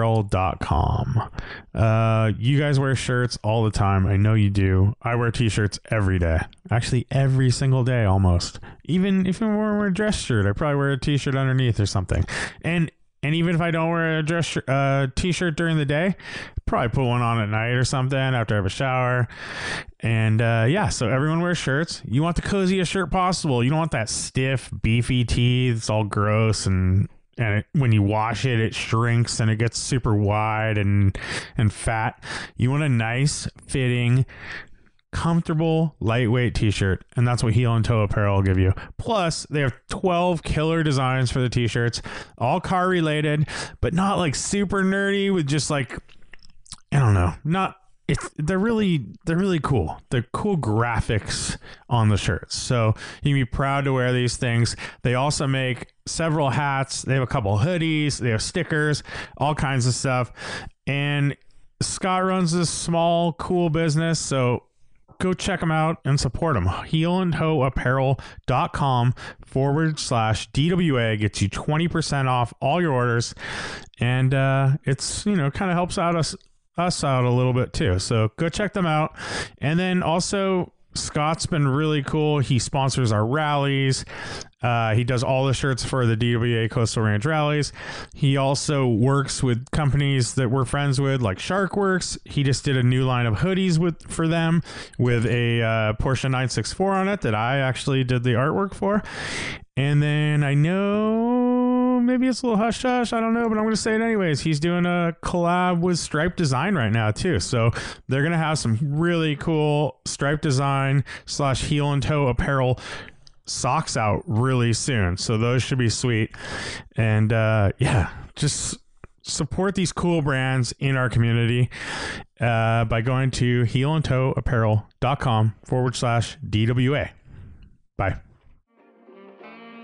heelandtoeapparel.com. Uh, you guys wear shirts all the time. I know you do. I wear t-shirts every day. Actually, every single day almost. Even if I wear a dress shirt, I probably wear a t-shirt underneath or something. And and even if I don't wear a dress shirt, uh, t-shirt during the day, probably put one on at night or something after I have a shower. And uh, yeah, so everyone wears shirts. You want the coziest shirt possible. You don't want that stiff, beefy tee that's all gross and and it, when you wash it, it shrinks and it gets super wide and and fat. You want a nice fitting comfortable, lightweight t-shirt, and that's what Heel and Toe Apparel will give you. Plus, they have 12 killer designs for the t-shirts, all car related, but not like super nerdy with just like I don't know, not it's they're really they're really cool. They're cool graphics on the shirts. So you can be proud to wear these things. They also make several hats. They have a couple hoodies, they have stickers, all kinds of stuff. And Scott runs this small, cool business, so go check them out and support them. Heelandhoeapparel.com forward slash DWA gets you 20% off all your orders. And uh, it's, you know, kind of helps out us us out a little bit too. So go check them out. And then also Scott's been really cool. He sponsors our rallies. Uh, he does all the shirts for the DWA Coastal Ranch rallies. He also works with companies that we're friends with, like Sharkworks. He just did a new line of hoodies with for them with a uh, Porsche 964 on it that I actually did the artwork for. And then I know maybe it's a little hush hush. I don't know, but I'm going to say it anyways. He's doing a collab with Stripe Design right now too, so they're going to have some really cool Stripe Design slash heel and toe apparel socks out really soon. So those should be sweet. And uh, yeah, just support these cool brands in our community uh, by going to heelandtoeapparel.com forward slash DWA. Bye.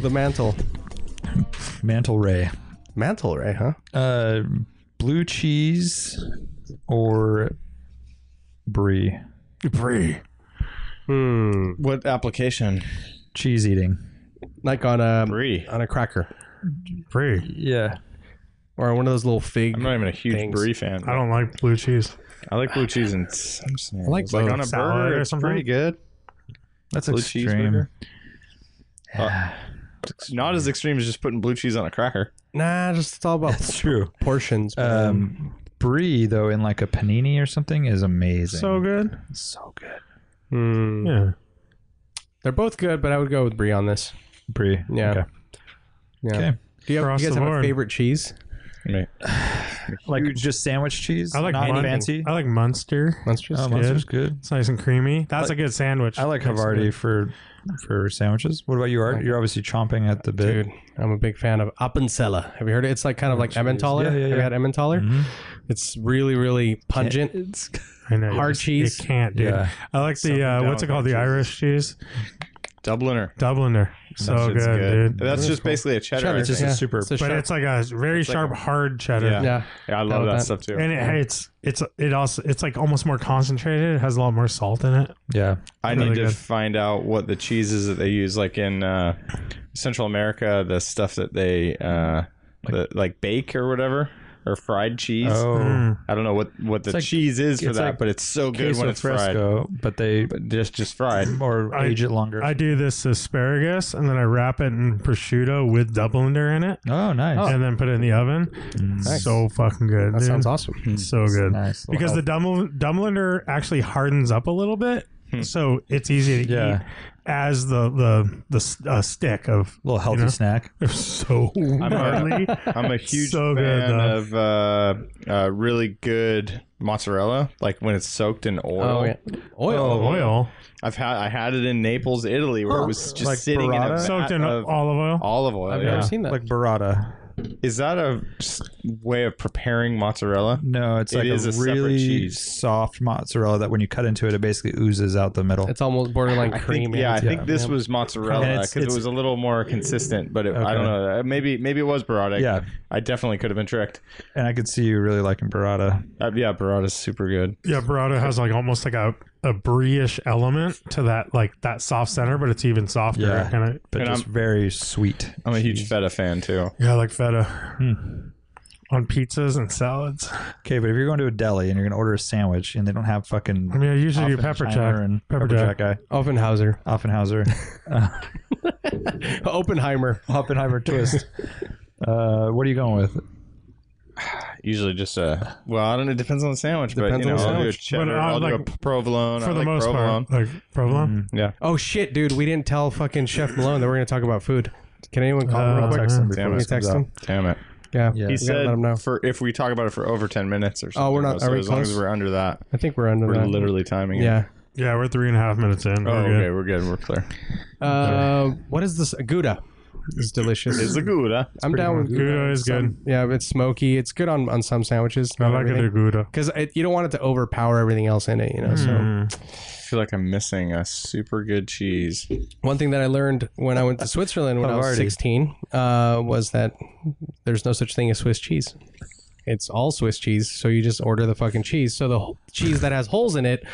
The mantle. Mantle Ray. Mantle Ray, huh? Uh, blue cheese or brie? Bree. Hmm. What application? Cheese eating. Like on a Brie. on a cracker Bree. Yeah. or one of those little fig. I'm not even a huge Things. brie fan. I don't like blue cheese. I like blue cheese and s- I'm saying, I like it's like both. on a Salad burger or it's something. Pretty good. That's Blue cheese extreme. burger? Not as extreme as just putting blue cheese on a cracker. Nah, just it's all about That's true. portions. Uh, man. Um, brie though in like a panini or something is amazing. So good. So good. Hmm. Yeah. They're both good, but I would go with brie on this. Brie. Yeah. Okay. Yeah. Okay. Do you, you Across guys the have a board. favorite cheese? Like just sandwich cheese. I like not Munster. fancy. I like Munster. Munsters. Oh, Um, Munster's good. It's nice and creamy. That's a good sandwich. I like Havarti for for sandwiches. What about you, Art? You're obviously chomping at the bit. Dude, I'm a big fan of Appenzeller. Have you heard it? It's like kind of like Emmentaler. Yeah, yeah, Have yeah. you had Emmentaler? Mhm. It's really, really pungent. I know, you Hard just- cheese. You can't, dude. Yeah. I like the Something uh, down what's it with called? The hard Irish cheese, Dubliner. Dubliner. So good, Shit's dude. That's just basically a cheddar. Cheddar, I It's just think. Yeah. a super. It's a but sharp- it's like a very like sharp, a- hard cheddar. Yeah. yeah. yeah, I How love about that, that? stuff too. And it, it's it's it also it's like almost more concentrated. It has a lot more salt in it. Yeah. I really need to good. find out what the cheeses that they use, like in uh, Central America, the stuff that they uh, the, like bake or whatever, or fried cheese. Oh. Mm. I don't know what what the It's like- cheese is for it's that, like but it's so good when Queso it's fried. fresco, but they Mm, But just just fried. or I- age it longer. I do this asparagus and then I wrap it in prosciutto with Dubliner in it, oh, nice. and then put it in the oven. So fucking good. That dude. sounds awesome. Mm. So good. Nice. little Because the help. Dumbl- Dubliner actually hardens up a little bit, Hmm. so it's easy to Yeah. eat as the the the s- uh, stick of. little healthy you know? snack. They're so a- gnarly. I'm a huge So good, fan though. of uh, uh, really good mozzarella, like when it's soaked in oil. Oh, yeah. Oil. Oh, oil I've had I had it in Naples, Italy, where it was just Like sitting in a burrata? vat soaked in of olive oil. olive oil. I've Oh, yeah. never seen that. Like burrata. Is that a way of preparing mozzarella? No, it's It like is a a, separate really cheese. soft mozzarella that when you cut into it, it basically oozes out the middle. It's almost borderline I think- cream. yeah, I think this Yeah. was mozzarella And it's- because it it's- was a little more consistent, but it, I Okay. don't know. Uh, Maybe maybe it was burrata. Yeah. I definitely could have been tricked. and I could see you really liking burrata. Uh, yeah, burrata's super good. Yeah, burrata has like almost like a a brie-ish element to that like that soft center, but it's even softer. Yeah. And it, But And just very sweet. I'm a huge feta fan too. yeah, like feta on pizzas and salads. Okay, but if you're going to a deli and you're going to order a sandwich and they don't have fucking I mean, I usually do Offenheimer pepper jack. and Pepper pepper, jack. jack. guy, Offenhauser. Offenhauser, Oppenheimer. Oppenheimer twist. Uh, what are you going with? Usually just a well, I don't know. It depends on the sandwich, Depends but you on know, the I'll do a sandwich. cheddar, But I I'll do like- a provolone. For I the like most provolone. part, like provolone. Yeah, Oh shit, dude, we didn't tell fucking Chef Malone that we're gonna talk about food. Can anyone call him Uh, real quick? text him before Can we this text comes him? damn it. Yeah. Yeah. we He gotta said let him know. for if we talk about it for over ten minutes or something. we're not- So are we as long as close? we're under that, I think we're under we're that. literally timing. it. Yeah. Yeah, we're three and a half minutes in. Oh, We're good. okay, we're good. We're clear. Uh, what is this? Gouda. It's delicious. It's a good, huh? I'm down with Gouda. Gouda is Some- good. Yeah, it's smoky. It's good on, on some sandwiches. I like a Gouda. because you don't want it to overpower everything else in it. You know. Hmm. So I feel like I'm missing a super good cheese. one thing that I learned when I went to Switzerland when I was 16 uh, was that there's no such thing as Swiss cheese. It's all Swiss cheese, so you just order the fucking cheese. So the whole- cheese that has holes in it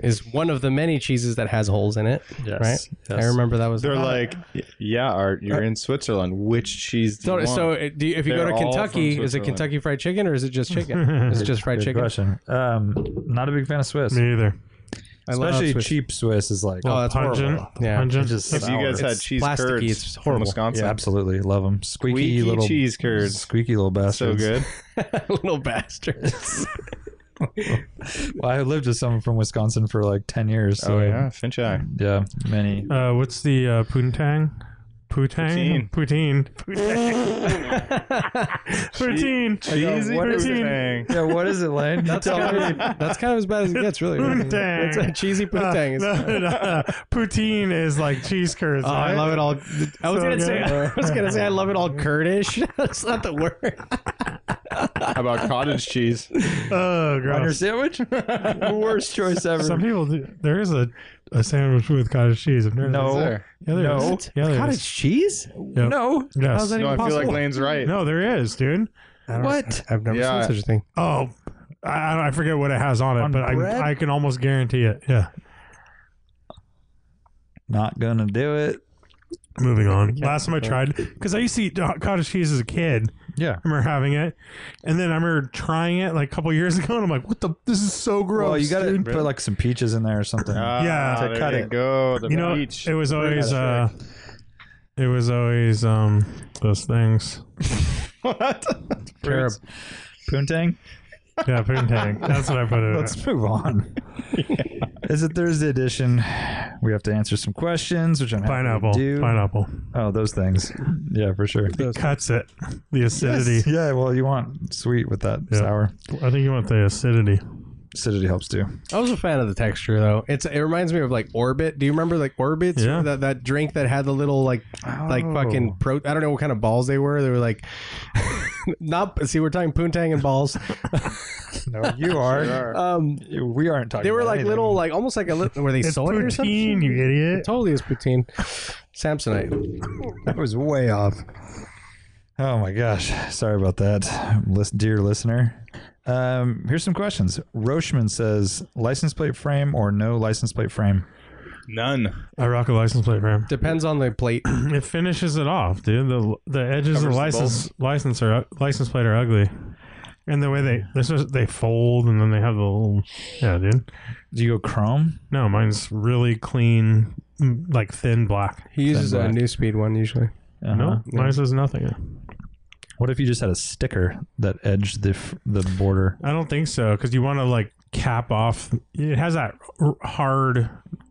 is one of the many cheeses that has holes in it. Yes, right. I remember that was. They're like, yeah, Art, you're in Switzerland. Which cheese do you So, want? so it- do you, if you They're go to all from Kentucky, is it Switzerland. Kentucky Fried Chicken or is it just chicken? It's just fried Good chicken. question. Um, not a big fan of Swiss, Me either. I love especially Swiss. cheap Swiss is like Oh, that's horrible. Pungent. Yeah. Pungent. if you oh, guys had cheese plasticky, curds it's from horrible. Wisconsin, yeah, absolutely love them. Squeaky Squeaky little cheese curds. squeaky little so bastards. good. Little bastards. Well, I lived with someone from Wisconsin for like ten years. So oh yeah, Finch Eye. yeah, many. Uh, what's the uh, poontang? Poutang? Poutine. Poutine. Poutine. Cheesy What is it? thing. Yeah, what is it, Lane? That's kind, of, that's kind of as bad as it gets, really. Poontang. It's a cheesy Uh, poontang. no, It's- no. Poutine is like cheese curds. Oh, I right? love it all. I was So gonna say, good. I was gonna say, I love it all Kurdish. That's not the word. How about cottage cheese? Oh, gross. sandwich? Worst choice ever. Some people do. There is a, a sandwich with cottage cheese. I've never No. Yeah, there No. is. Yeah, there is. cheese? No. Yes. How's that No, I even feel like possible? Lane's right. No, there is, dude. What? I've never Yeah. seen such a thing. Oh, I- I, I forget what it has on it, but bread? I, I can almost guarantee it. Yeah. Not gonna do it. Moving on. Last time I tried, because I used to eat do- cottage cheese as a kid. Yeah. I remember having it, and then I remember trying it like a couple years ago, and I'm like, "What the? This is so gross." Well, you gotta dude." put like some peaches in there or something. Ah, Yeah. there To cut you it. Go the you know, peach. it was always uh, it was always um those things. what? Pair of Poontang? Yeah, poontang. That's what I put it. Let's move on. Is it Thursday edition? We have to answer some questions, which I'm happy Pineapple. to do. Pineapple Oh, those things. Yeah, for sure. cuts it. The acidity. Yeah, well, you want sweet with that Yeah. sour. I think you want the acidity. Acidity helps too. I was a fan of the texture though. It's it reminds me of like Orbit. Do you remember like Orbits? Yeah. Oh. That that drink that had the little like like fucking pro. I don't know what kind of balls they were. They were like. Not see, we're talking poontang and balls. No, you are. Um, we aren't talking. they were about like anything. little, like almost like a little. Were they It's soy or something? poutine, you idiot. Totally is poutine. Samsonite. That was way off. Oh my gosh. Sorry about that, lis- dear listener. Um, here's some questions. Roshman says license plate frame or no license plate frame? None. I rock a license plate, man. Depends on the plate. It finishes it off, dude. The the edges of the Covers the license license are license plate are ugly, and the way they this is, they fold and then they have the little yeah, dude. Do you go chrome? No, mine's really clean, mm, like thin black. He uses a black. new speed one usually. Uh-huh. No, mine says nothing. What if you just had a sticker that edged the f- the border? I don't think so because you want to like cap off. It has that r- hard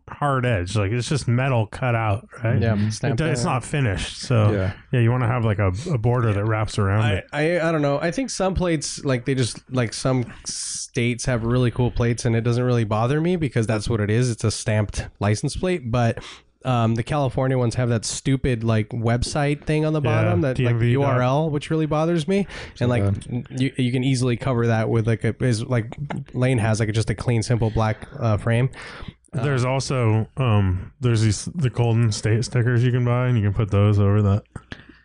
hard edge, like it's just metal cut out, right? It, Stamped do- it's on it. not finished, so yeah, Yeah. you want to have like a, a border that wraps around I, it. I I don't know. I think some plates like they just like some states have really cool plates and it doesn't really bother me because that's what it is. It's a stamped license plate, but um, the California ones have that stupid like website thing on the bottom that like DMV dot- URL, which really bothers me. And like you, you can easily cover that with like a is like Lane has like just a clean, simple black uh, frame. There's also um, there's these the Golden State stickers you can buy, and you can put those over that.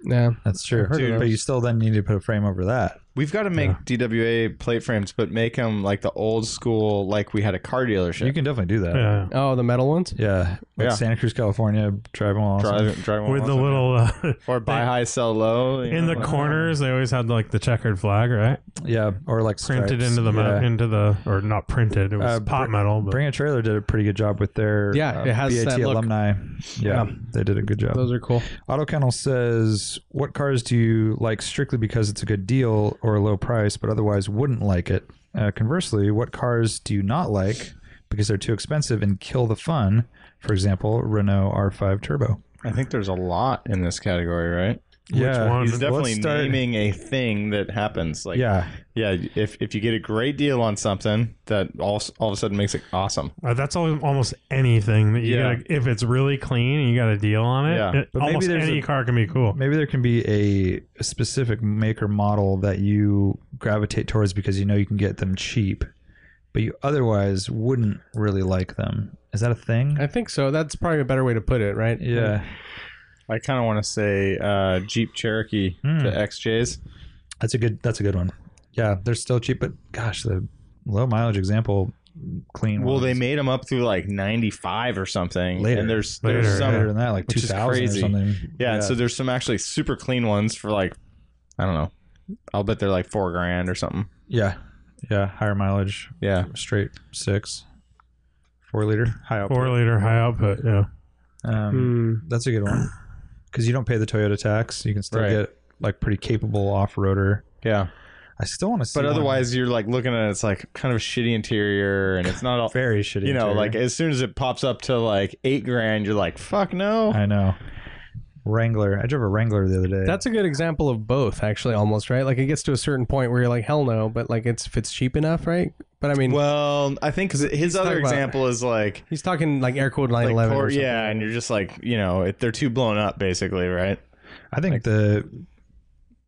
Yeah, That's true. Dude, but you still then need to put a frame over that. We've got to make DWA plate frames, but make them like the old school, like we had a car dealership. You can definitely do that. Yeah. Yeah, Oh, the metal ones. Like Yeah. Santa Cruz, California, driving along. drive, drive Oh, one with the awesome. little uh, or buy high, sell low. you in know, the like- corners, they always had like the checkered flag, right? Yeah. Or like Printed stripes. into the Yeah. me- into the or not printed. It was Uh, pot br- metal, but Bring a trailer did a pretty good job with their uh, Yeah, it has BAT that look. alumni. Yeah, they did a good job. Those are cool. Auto Kennel says, "What cars do you like strictly because it's a good deal or a low price, but otherwise wouldn't like it? Uh, conversely, what cars do you not like because they're too expensive and kill the fun? For example, Renault R5 Turbo. I think there's a lot in this category, right? which one? He's definitely start- naming a thing that happens. Like, Yeah, yeah. If if you get a great deal on something, that all all of a sudden makes it awesome. Uh, that's al- almost anything that you Yeah. gotta, if it's really clean and you got a deal on it, Yeah. it- But maybe almost there's any a- car can be cool. maybe there can be a, a specific maker model that you gravitate towards because you know you can get them cheap, but you otherwise wouldn't really like them. Is that a thing? I think so. That's probably a better way to put it, right? yeah, I kind of want to say uh, Jeep Cherokee Hmm. to XJs. that's a good. That's a good one. Yeah, they're still cheap, but gosh, the low mileage example, clean. Well, they ones, made them up through like 95 or something. Later. And there's, Later, there's They're some. better than that, like which two is thousand or crazy. something. Yeah, And so there's some actually super clean ones for like, I don't know. I'll bet they're like four grand or something. yeah, yeah, higher mileage, Yeah. straight six, four liter, high output. Four liter high output. Yeah, Um, Hmm. Hmm. That's a good one because you don't pay the Toyota tax. You can still Right. get like pretty capable off roader. Yeah. I still want to see, But one. otherwise, you're like looking at it, it's like kind of a shitty interior and it's not all, very shitty. you know, interior. like as soon as it pops up to like eight grand, you're like, fuck no. I know Wrangler. I drove a Wrangler the other day. That's a good example of both, actually, almost, right? Like it gets to a certain point where you're like, hell no, but like it's if it's cheap enough, right? But I mean, well, I think 'cause his other talking about- example is like, he's talking like air code like 911. Cor- or something. yeah, and you're just like, you know, it, they're too blown up basically, right? I think the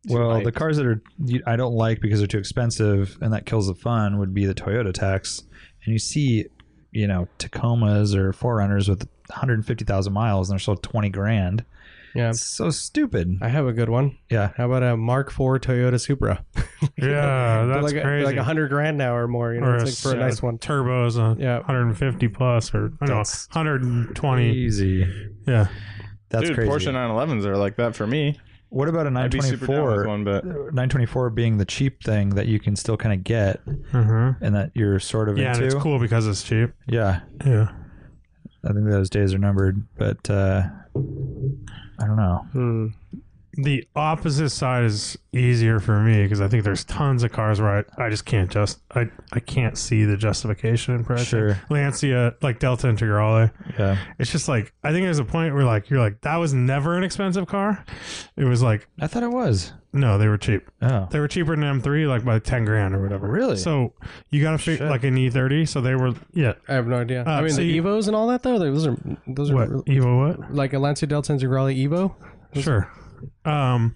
well, light. the cars that are you, I don't like because they're too expensive, and that kills the fun would be the Toyota tax. And you see, you know, Tacomas or Forerunners with 150,000 miles, and they're sold 20 grand. Yeah. It's so stupid. I have a good one. Yeah. How about a Mark IV Toyota Supra? yeah, They're that's like a, crazy. Like a hundred grand now or more, you know, or it's like for a nice one. Turbos, uh, Yeah. 150 plus or I don't know, 120. Easy. Yeah, That's Dude, crazy. Porsche 911s are like that for me. what about a I'd be super down with 924? one, but 924 being the cheap thing that you can still kind of get uh-huh. and that you're sort of yeah, and into. it's cool because it's cheap. Yeah. Yeah, I think those days are numbered, but uh, I don't know. Hmm. the opposite side is easier for me because I think there's tons of cars where I, I just can't just I, I can't see the justification in pricing. Sure. Lancia, like Delta Integrale, Yeah. it's just like I think there's a point where like you're like that was never an expensive car. It was like I thought it was. no, they were cheap. Oh. They were cheaper than M3 like by ten grand or whatever. Really? So you got to figure Shit. like an E30. So they were yeah. I have no idea. I mean, so the you- Evos and all that though, those are those are Uh, What Evo? What? like a Lancia Delta Integrale Evo. Sure. Um,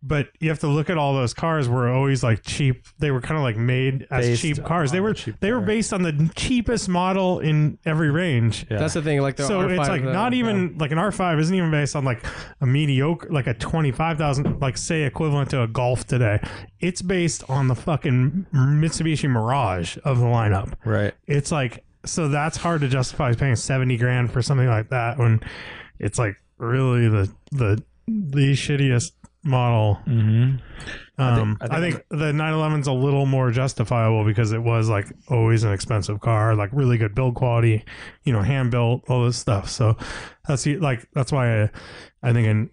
but you have to look at all those cars were always like cheap. They were kind of like made as Based cheap cars. They on were a cheap they were car. based on the cheapest model in every range. Yeah. That's the thing. Like the So R5, it's like uh, not yeah. even like an R5 isn't even based on like a mediocre like a 25,000 like say equivalent to a Golf today. It's based on the fucking Mitsubishi Mirage of the lineup. Right. It's like so that's hard to justify paying 70 grand for something like that when it's like really the the the shittiest model. Mm-hmm. Um, I I think- I think, think- the 911's a little more justifiable because it was like always an expensive car, like really good build quality, you know, hand built, all this stuff. So that's the- like that's why I, I think in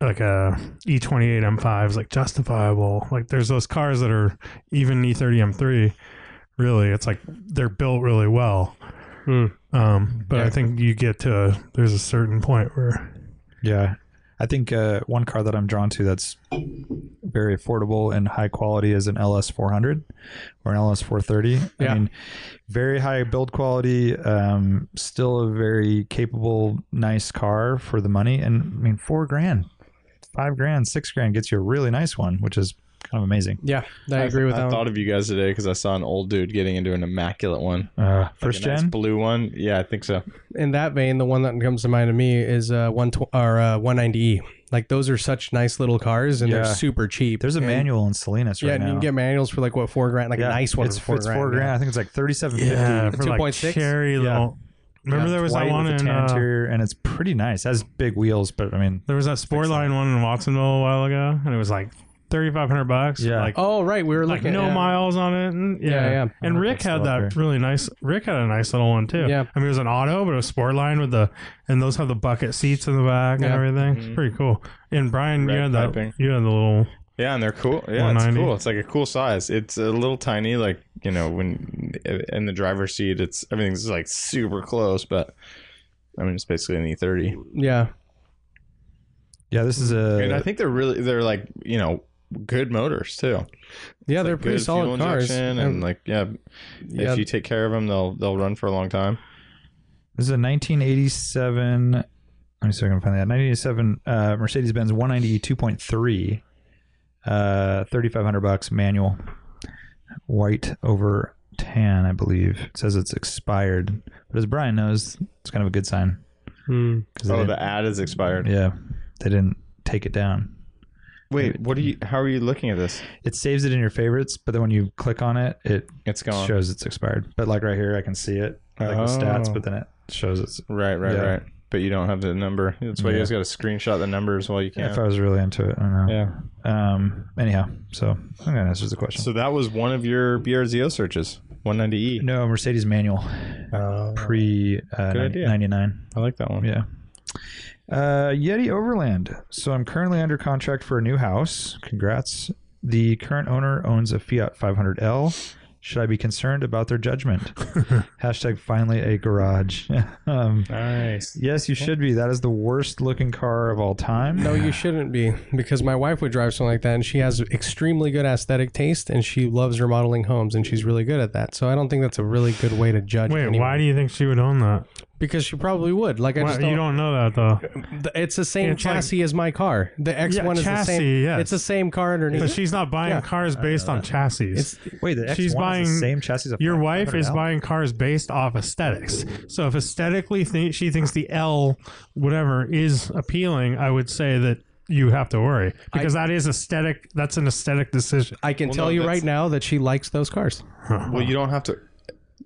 like a E E28 M5 is like justifiable. Like there's those cars that are even E E30 M3. Really, it's like they're built really well. Hmm. Um, but Yeah. I think you get to there's a certain point where Yeah. I think uh, one car that I'm drawn to that's very affordable and high quality is an LS 400 or an LS 430. I Yeah. mean, very high build quality, um, still a very capable, nice car for the money. And I mean, four grand, five grand, six grand gets you a really nice one, which is kind of amazing. Yeah, I agree with I that. one. thought of you guys today because I saw an old dude getting into an immaculate one. Uh, Like first a nice gen, blue one. Yeah, I think so. In that vein, the one that comes to mind to me is uh one tw- or uh, 190e. Like those are such nice little cars, and Yeah. they're super cheap. there's a And- manual in Salinas Yeah, right and now. you can get manuals for like what four grand, like a nice one It's for four it's grand. four grand. I think it's like 3750. Yeah, for for like like 2.6? cherry Yeah. little. Remember Yeah, there was it's that white one with a in tan uh, interior, and it's pretty nice. It has big wheels, but I mean, there was that Sportline one in Watsonville a while ago, and it was like thirty five hundred bucks. Yeah. like, Oh right, we were like looking no yeah. miles on it. And, yeah. Yeah, yeah. And Oh, Rick that's had still that up really nice. Rick had a nice little one too. Yeah. I mean it was an auto, but it was Sportline with the and those have the bucket seats in the back and Yeah. everything. It's pretty cool. And Brian, you Red had that. piping. You had the little. Yeah, and they're cool. Yeah, it's 190. cool. It's like a cool size. It's a little tiny, like you know, when in the driver's seat, it's everything's like super close. But I mean, it's basically an E E30. Yeah, yeah, this is And I a. think they're really they're like you know good motors too. yeah, they're Like, pretty good fuel solid cars. injection and like yeah, yeah, if you take care of them, they'll they'll run for a long time. This is a 1987. Let me see if I can find that. 1987 uh, Mercedes-Benz 190 2.3, uh, 3,500 bucks manual, white over tan, I believe. It says it's expired, but as Brian knows, it's kind of a good sign. Hmm. 'cause they Oh, didn't- the ad is expired. yeah, they didn't take it down. Wait, what are you? How are you looking at this? It saves it in your favorites, but then when you click on it, it It's gone. shows it's expired. But like right here, I can see it, like the Oh. stats, but then it shows it's. Right, right, Yeah. right. But you don't have the number. That's why you Yeah. guys got to screenshot the numbers while you can. If I was really into it, I don't know. yeah. Um. Anyhow, so I think that answers the question. So that was one of your BRZO searches, E. 190E. no Mercedes manual pre uh, Good idea. 99. I like that one. Yeah. Uh, Yeti Overland. So I'm currently under contract for a new house. Congrats. The current owner owns a Fiat 500L. Should I be concerned about their judgment? Hashtag finally a garage. um, Nice. yes, you should be. That is the worst looking car of all time. No, you shouldn't be because my wife would drive something like that, and she has extremely good aesthetic taste, and she loves remodeling homes, and she's really good at that. So I don't think that's a really good way to judge. Wait, anyone. why do you think she would own that? Because she probably would. Like I Why- just you don't don't, know that though. th- It's the same It's like- chassis as my car. The X one is chassis, the same. yes. It's the same car But underneath. she's not buying Yeah. cars based on chassis. It's Wait, the X1 She's is buying- the same chassis. as a Your wife is 500L? buying cars based off aesthetics. So if aesthetically th- she thinks the L whatever is appealing, I would say that you have to worry because that is aesthetic. That's an aesthetic decision. I can Well, tell no, you that's- right now that she likes those cars. Well, you don't have to.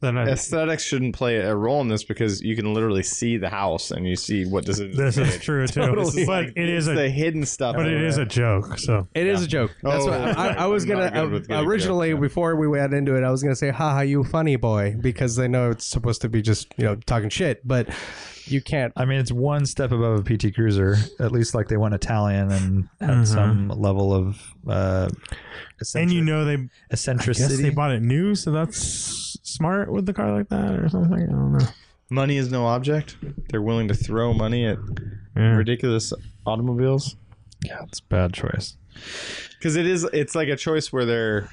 Then I, Aesthetics shouldn't play a role in this because you can literally see the house and you see what does it. this is true too. But it is the a hidden stuff. but it is a joke. So It is a joke. That's Oh, what I, right. I was I'm gonna not good with I, getting originally jokes, yeah. before we went into it. I was gonna say, "Haha, you funny boy," because they know it's supposed to be just you know talking shit, but you can't. I mean, it's one step above a PT Cruiser. At least, like they went Italian and had some level of uh, eccentric, Mm-hmm. and you know they guess they eccentricity. bought it new, so that's smart with the car like that or something. I don't know. money is no object. They're willing to throw money at Yeah. ridiculous automobiles yeah, it's a bad choice. because it is. It's like a choice where they're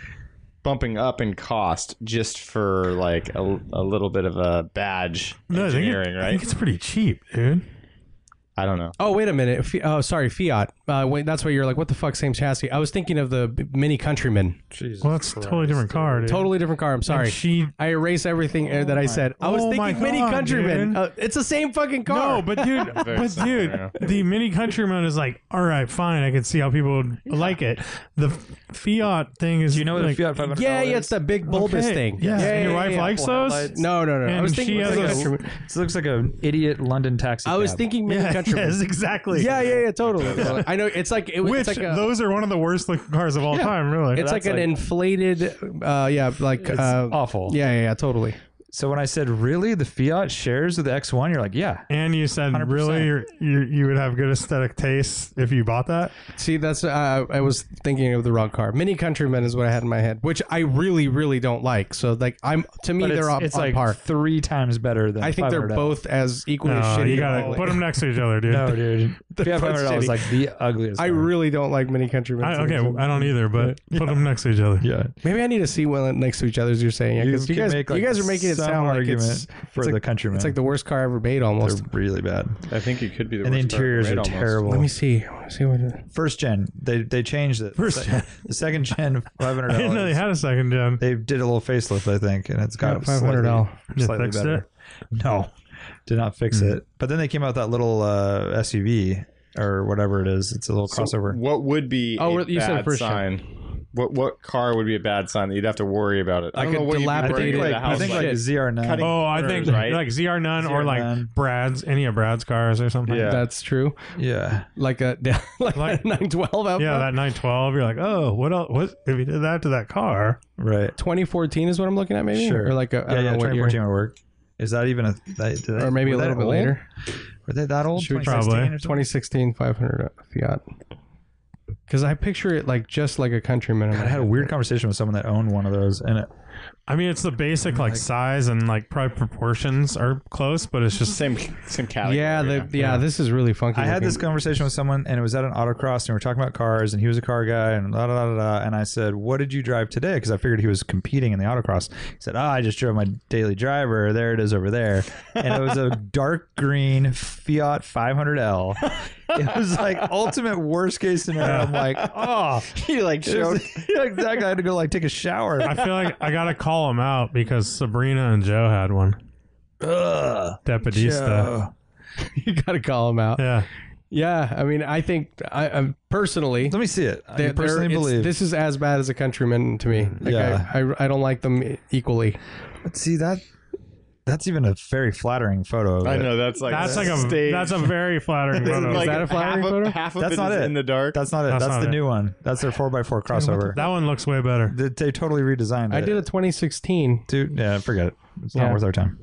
bumping up in cost just for like a, a little bit of a badge No, I think, it- engineering, I think right? it's pretty cheap, dude. I don't know. Oh wait a minute. Fi- oh sorry, Fiat. Uh, wait, that's why you're like, what the fuck, same chassis? I was thinking of the b- Mini Countryman. Well, that's a totally different car, dude. Totally different car. I'm sorry. And she I erase everything uh, that I said. I was oh my thinking Mini God, Countryman. dude. Uh, it's the same fucking car. No, but dude, but similar, yeah. dude, the Mini Countryman is like, all right, fine, I can see how people would like it. The F- Fiat thing is, Do you know what like, the Fiat 500 yeah, yeah, it's that big bulbous okay, thing. Yeah, and your wife yeah. likes those. No, no, no. I And was thinking. she Mini has a- Countryman. It looks like an idiot London taxi. I was cab. thinking Mini Yeah, Countryman. yes, exactly. Yeah, yeah, yeah, totally. totally. I know it's like it, was- Which it's like a, those are one of the worst looking cars of all time, really. it's like an inflated, uh, yeah, like uh, awful. yeah, yeah, yeah, totally. So when I said, really, the Fiat shares with the X1, you're like, yeah. And you said, 100%. really, you're, you you would have good aesthetic taste if you bought that. See, that's uh, I was thinking of the wrong car. Mini Countryman is what I had in my head, which I really, really don't like. So, like, I'm to me But it's, they're on, it's on like par. three times better than I think they're 500L. both as equally as No, shitty. Uh, you gotta Oh, put them next to each other, dude. No, dude. Fiat both 500L is shitty. like the ugliest. I one. really don't like Mini Countryman. I, okay, I don't either, but put them next to each other. Yeah. Maybe I need to see one next to each other. As you're saying, because you, can guys, make, you like, guys are making it some sound like argument it's for the like- countryman. it's like the worst car ever made They're almost. really bad. I think it could be the And the worst car ever interiors are made almost. terrible. Let me see. Let me see what. First gen, they they changed it. First the, gen. the second gen, five hundred I didn't know they dollars. had a second gen. They did a little facelift, I think, and it's got five hundred dollars. They slightly, slightly fixed better. No, did not fix it. But then they came out with that little uh, SUV or whatever it is. It's a little So crossover. what would be Oh, a you said bad first sign? gen. What what car would be a bad sign that you'd have it? I don't know what you'd be worried about it? Like a dilapidated- the Like, I house think like. like a ZR9. Cutting- Oh, I think Right? like ZR9 or like ZR9. Brad's, any of Brad's cars or something. Yeah. That's true. Yeah, Like a like, Like- a 912 outback. Yeah, that 912. You're like, oh, what else? What if you did that to that car? right. 2014 is what I'm looking at, maybe. Sure. Or like a, I yeah, don't yeah. know what Twenty year. fourteen would work. Is that even a? That, did they- Or maybe a were they little bit old? later. Were they that old? Should 2016 probably. or something? 2016 500 uh, Fiat. Because I picture it like just like a Countryman. in God, my I had a head. weird conversation with someone that owned one of those, and it, I mean, it's the basic like size and like probably proportions are close, but it's just Same same category. Yeah, the, yeah, this is really funky. I had looking. this conversation with someone, and it was at an autocross, and we were talking about cars, and he was a car guy, and da da da da. da, And I said, "What did you drive today?" Because I figured he was competing in the autocross. He said, "Ah, I just drove my daily driver. There it is over there." And it was a dark green Fiat 500L. It was like ultimate worst case scenario. I'm like, oh, He like showed. yeah, exactly. I had to go like take a shower. I feel like I gotta call him out because Sabrina and Joe had one. Ugh, Depadista. Joe. you got to call him out. Yeah. Yeah. I mean, I think I, I personally, Let me see it. they're- I personally they're- it's- believe this is as bad as a Countryman to me. Like, Yeah. I, I, I don't like them e, equally. But see that that's even a very flattering photo. Of I it. know that's like that's like a staged. that's a very flattering This is photo. like that a flattering half of- photo? Half of That's it not is it. in the dark. That's not it. That's That's, not the it. new one. That's their 4x4 crossover. that one looks way better. They, they totally redesigned it. I did a 2016. Dude, yeah, forget it. It's not Yeah. worth our time.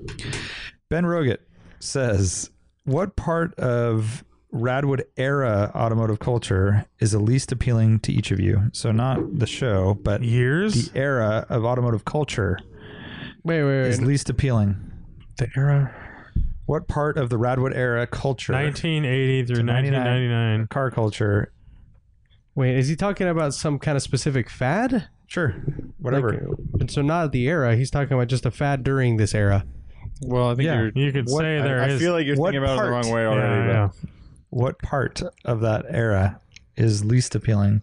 Ben Rogett says, "What part of Radwood era automotive culture is the least appealing to each of you? So not the show, but Years? the era of automotive culture Wait, wait, is wait. least appealing. The era. What part of the Radwood era culture, 1980 through 1999. 1999. car culture, Wait, is he talking about some kind of specific fad? sure, whatever." And so not the era. He's talking about just a fad during this era. Well, I think Yeah. you're. You could What- say I- there is. I feel like you're What thinking about it the part? wrong way yeah, already. yeah. what part of that era is least appealing?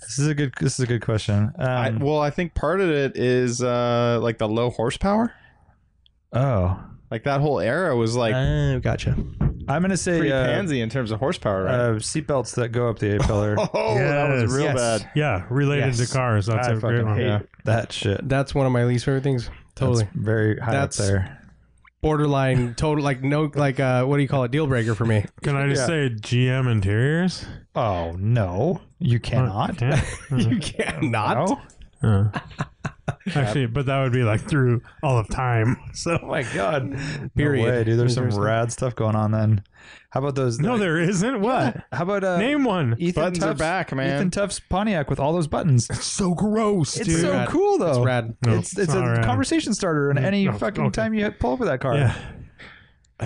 This is a good. This is a good question. I, Um, well, I think part of it is uh, like the low horsepower. oh, Like that whole era was like Oh, gotcha. I'm gonna say pretty uh, pansy in terms of horsepower, right? uh, seatbelts that go up the eight pillar. oh, that was yes. real Yes. bad. Yeah, related Yes. to cars. That's I a great fucking one. hate Yeah. that shit. That's one of my least favorite things. Totally. That's very high That's- up there. Borderline total like no like uh what do you call it? Deal breaker for me. Can I just Yeah. say GM interiors? Oh no, you cannot. Yeah. you cannot. No? Uh. Actually, but that would be like through all of time. So Oh my god. Period. No way, dude. There's Is there some rad stuff going on then. How about those? no, like- there isn't. What? How about uh, Name one. Ethan Buttons are Tuff's- back, man. Ethan Tuff's Pontiac with all those buttons. It's so gross, It's dude. so Rad. cool though. It's rad. No, it's it's, a not rad. conversation starter, and any no, fucking okay. time you pull up with that car, Yeah.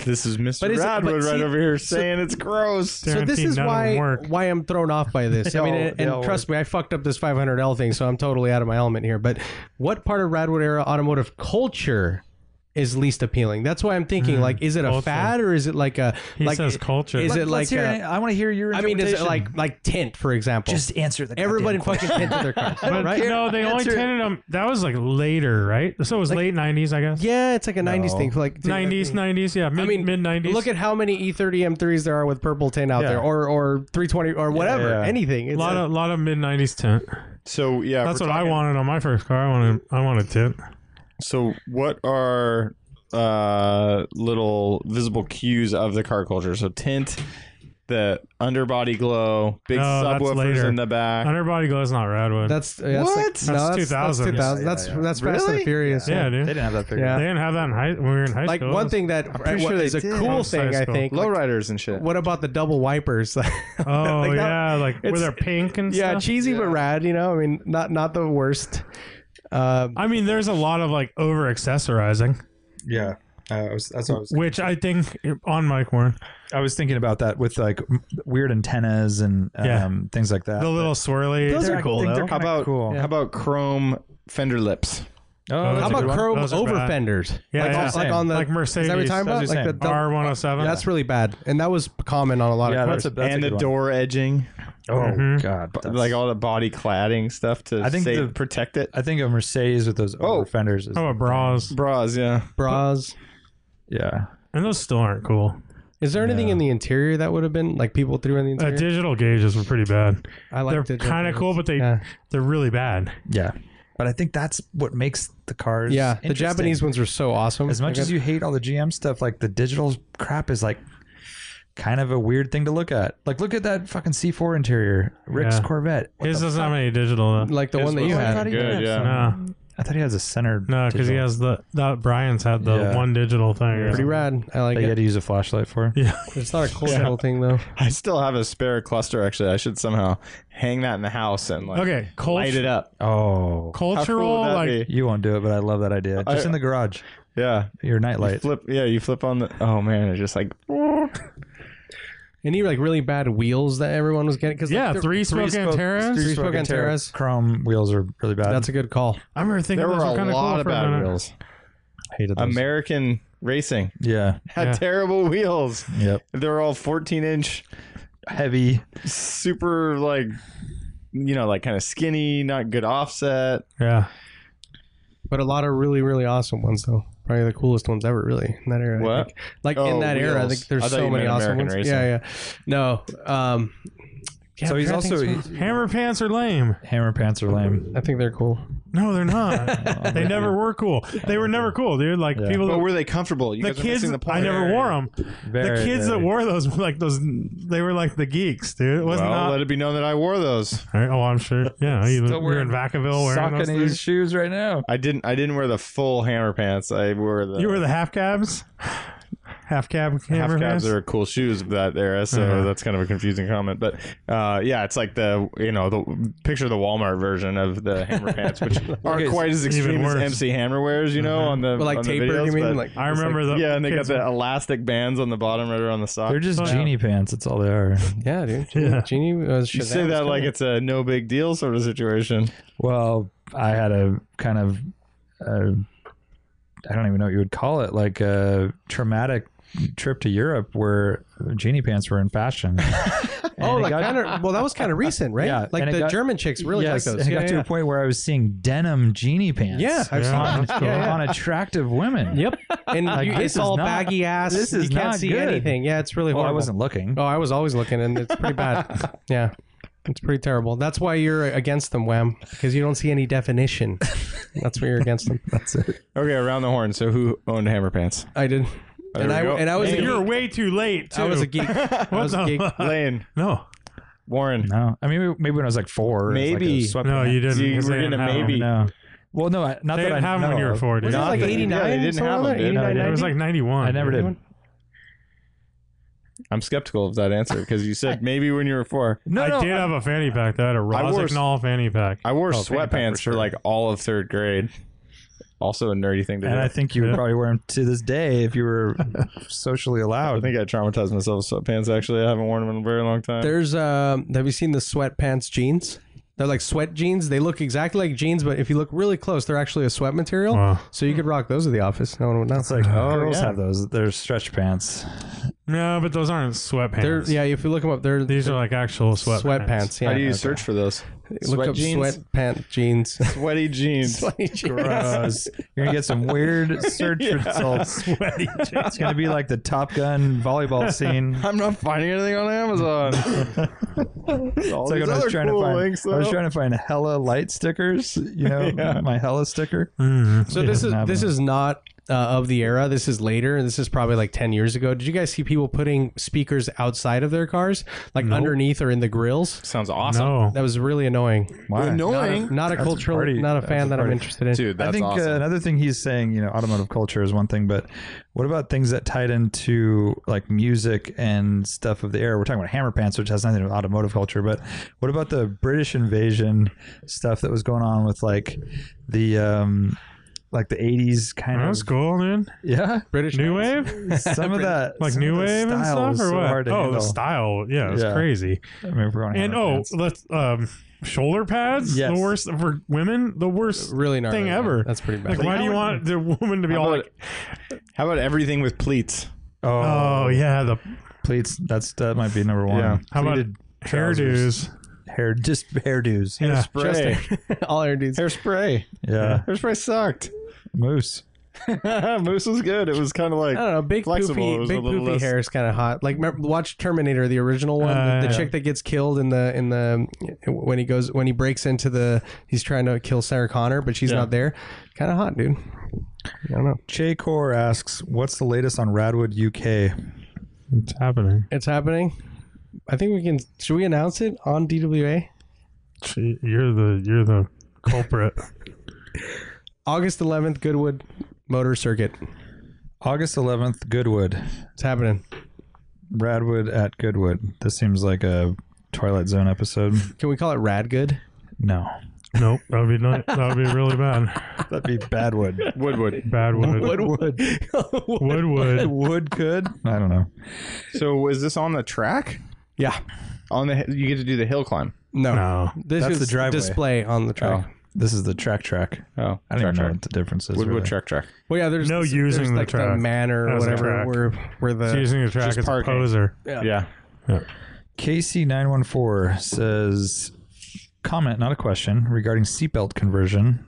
This is Mr. But is it- Radwood but right see- over here saying it's gross. So this Guaranteed is none of them why work. why I'm thrown off by this. I mean, all- and, they and all trust me, I fucked up this 500L thing, so I'm totally out of my element here. But what part of Radwood era automotive culture is least appealing? That's why I'm thinking like, is it a Hmm. culture. fad or is it like a He like says culture. Is it Let's like hear uh, it. I want to hear your. I mean, is it interpretation. like like tint for example? just answer the Everybody goddamn fucking tinted their cars, But right? no, they only Answer it. tinted them. That was like later, right? So it was late '90s, I guess. Yeah, it's like a '90s No. thing. Like dude, '90s, '90s. Yeah, mid, I mean, mid '90s. Look at how many E E30 M3s there are with purple tint out Yeah. there, or or 320 or whatever, yeah. anything. It's a lot a- of lot of mid '90s tint. So yeah, That's we're what I talking- wanted on my first car. I wanted I wanted tint. So what are uh, little visible cues of the car culture? So tint, the underbody glow, big No, Oh, that's subwoofers later. in the back. Underbody Glow is not Radwood. That's yeah, that's What? Like, no, That's that's, 2000. 2000. That's 2000. Yeah, That's yeah, yeah. that's Fast and Really? the Furious. yeah, They dude. They didn't didn't, have that figure. Yeah. have that in high when we were in high Like school. one thing that pretty sure is they a did. cool Outside thing, I school. think. like, Lowriders and shit. what about the double wipers? oh Oh yeah, like where it's- they're pink and yeah, stuff. cheesy but rad. You know, I mean, not not the worst. Uh, I mean, there's a lot of like over accessorizing, Yeah. Uh, I was, that's what I was. which I think on Mike Warren, I was thinking about that with like m- weird antennas and um, Yeah. things like that. the little swirly. Those They're- are I cool, think though. they're how kinda about cool. how about chrome fender lips? Oh, How how That's a about good one. chrome Those are over rad. fenders? Yeah, like, yeah. like on the like Mercedes Is that what you're talking about? That's what Like I'm the saying. double- R107. That's really bad, and that was common on a lot yeah, of that's cars. a, that's a and the good one. door edging, Oh god, b- that's- like all the body cladding stuff to I think say- the- protect it. I think of Mercedes with those Oh. over fenders. Is, How about bras? Bras, yeah. Bras. Yeah, And those still aren't cool. Is there anything in the interior that would have been like people threw in the Uh, interior? digital gauges were pretty bad. I like they're kind of cool, but they Yeah. they're really bad. yeah. But I think that's what makes the cars. Yeah, the interesting. Japanese ones are so awesome. As much as you hate all the GM stuff, like the digital crap is like kind of a weird thing to look at. Like, look at that fucking C4 interior, Rick's Yeah. Corvette. What His the doesn't fuck? have any digital though. like um, the His one that was you Oh, I had. thought he did Good, have yeah. some. No, I thought he has a center. no, because he digital has the that Brian's had the Yeah. one digital thing. or Pretty rad. I like that you had it. to use a flashlight for. something. Yeah, It's not a cool little thing though. I still have a spare cluster. Actually, I should somehow hang that in the house and like Okay, cult- light it up. How Oh, cultural cool would that like be? you won't do it, but I love that idea. Just I- in the garage, Yeah, your nightlight. flip. Yeah, you flip on the. Oh man, it's just like Any like really bad wheels that everyone was getting? Cause like, yeah, they're- three spoke Anteras. three spoke spoke Anteras. Chrome wheels are really bad. That's a good call. I remember thinking there were those were a kind of lot cool of for a bad minute. wheels. hated those. American racing yeah, had Yeah. terrible wheels. yep. They were all 14 inch, Heavy. super like, you know, like kind of skinny, not good offset. Yeah, But a lot of really, really awesome ones though. Probably the coolest ones ever, really, in that era. I What? think. Like Oh, in that era, I wheels. think there's I thought so you many meant awesome American ones. racing. Yeah, yeah. No. Um, yeah, so I'm he's trying to think also of some- hammer pants are lame. hammer pants are lame. I think they're cool. No, they're not. they never were cool. They were never cool, dude. Like Yeah. people. But that- were they comfortable? You the guys are kids, missing the point. I never wore them. the Very, kids that very- wore those were like those. They were like the geeks, dude. It Well, wasn't let it be known that I wore those. All right. Oh, I'm sure. Yeah, you, Still you're in wearing Vacaville wearing those Socking his things. shoes right now. I didn't. I didn't wear the full hammer pants. I wore the. You were the half cabs, half cab half hammer cabs pants? are cool shoes of that era, so Uh-huh. that's kind of a confusing comment. But uh, yeah, it's like the you know the picture of the Walmart version of the hammer pants, which aren't Okay, quite as extreme as worse. MC Hammer wears, you know, on the But like on the tapered, videos, you mean? but- Like I remember the yeah, and they got kids- the elastic bands on the bottom right around the sock. They're just genie pants. That's all they are. yeah, dude. Yeah. Genie was you say that like it's a no big deal sort of situation. Well, I had a kind of, uh, I don't even know what you would call it, like a traumatic trip to Europe where genie pants were in fashion. oh, it like got- kind of. Well, that was kind of recent, right? Yeah, like and it the got- German chicks really yes, like and those. it Yeah, got to yeah. a point where I was seeing denim genie pants. Yeah, I've seen Yeah. that. on, on attractive women. Yep, and you, this it's is all not- baggy ass. this is you can't not see good. anything. Yeah, it's really Well, horrible. I wasn't looking. Oh, I was always looking, and it's pretty bad. yeah, it's pretty terrible. That's why you're against them, Wham, because you don't see any definition. That's why you're against them. That's it. Okay, around the horn. So who owned hammer pants? I did, There and we I go. and I was a You're geek. way too late. Too. I was a geek. I was a the geek. fuck? Lane No, Warren. No, I mean maybe- maybe when I was like four. Maybe. it was like a no, sweatpant. you didn't. You because were they didn't gonna have 'em. maybe- No. Well, no, I, not They that didn't I have them when know you were of. four, dude. Was it like Yeah, they eighty nine? didn't have them, dude. No, they It was like 91. I never dude. did. I'm skeptical of that answer because you said maybe when you were four. No, I no, did have a fanny pack. That had a I wore- Rosignol fanny pack. I wore Oh, fanny pack for sweatpants for, sure. like all of third grade. Also a nerdy thing to And do. I think you would Yeah. probably wear them to this day if you were socially I allowed. think I traumatized myself with sweatpants. Actually, I haven't worn them in a very long time. There's um have you seen the sweatpants jeans? They're like sweat jeans. They look exactly like jeans, but if you look really close, they're actually a sweat material. Wow. So you could rock those at the office. No one would know. It's like oh, girls Oh, yeah. have those. They're stretch pants. No, but those aren't sweatpants. They're yeah, if you look them up, they're These are like actual sweatpants. sweatpants. Yeah. How do you search for those? look up sweatpant jeans? Sweaty jeans. Gross. You're gonna get some weird search results. Sweaty It's gonna be like the Top Gun volleyball scene. I'm not finding anything on Amazon. All It's like these when I other was trying cool to find, links, I was though. trying to find hella light stickers. You know, my hella sticker. Mhm. Mm. so this is doesn't have this them. is not uh, of the era. This is later. This is probably like 10 years ago. Did you guys see people putting speakers outside of their cars, like underneath or in the grills? Sounds awesome. No. That was really annoying. Why? Not a, Annoying. not a That's cultural, pretty- not a that's fan that I'm pretty- interested in. Dude, that's I think awesome. uh, another thing he's saying, you know, automotive culture is one thing, but what about things that tied into like music and stuff of the era? We're talking about Hammer Pants, which has nothing to do with automotive culture, but what about the British invasion stuff that was going on with like the um like the eighties kind That of was cool, dude. yeah British New wave, some of that like some new of that wave and style stuff, was or so what? hard to oh, the handle. style. Yeah, it was Yeah. crazy. I mean, if we're on And Hammer oh, Pants. let's um, shoulder pads. Yes. The worst for women. The worst. Really gnarly. Thing yeah. ever. That's pretty bad. Like, why do you want the woman to be all about- like, How about everything with pleats? uh, oh yeah, the pleats that's that might be number one. Yeah. how about Pleated trousers. hairdos? hair just hairdos. Yeah, Spray. All air dudes. Hairspray. Yeah. Hairspray sucked. Moose. Moose was good. It was kind of like I don't know. Big Flexible, it poofy, was big a little poofy less- hair is kind of hot. Like remember, watch Terminator, the original one, Uh, the, the yeah. chick that gets killed in the in the when he goes when he breaks into the he's trying to kill Sarah Connor, but she's not there. Kind of hot, dude. I don't know. Che Core asks, "What's the latest on Radwood UK?" it's happening. It's happening. I think we can. Should we announce it on DWA? Gee, You're the you're the culprit. August 11th, Goodwood Motor Circuit. August 11th, Goodwood. It's happening. Radwood at Goodwood. This seems like a Twilight Zone episode. Can we call it Rad Good? No, nope, that would be not, that would be really bad. that'd be Badwood. Woodwood. Bad wood. Woodwood. Woodwood. Wood could. I don't know. So was this on the track? yeah. On the you get to do the hill climb. No. No. Uh, This That's is the driveway. display on the track. This is the track Oh. track. Oh, I don't even know what the difference is. Woodwood really. track track. Well, yeah, there's No there's using the like track manor or as a whatever track. where where It's the using the track Just as a parking. poser. Yeah. KC914 says, comment, not a question, regarding seatbelt conversion.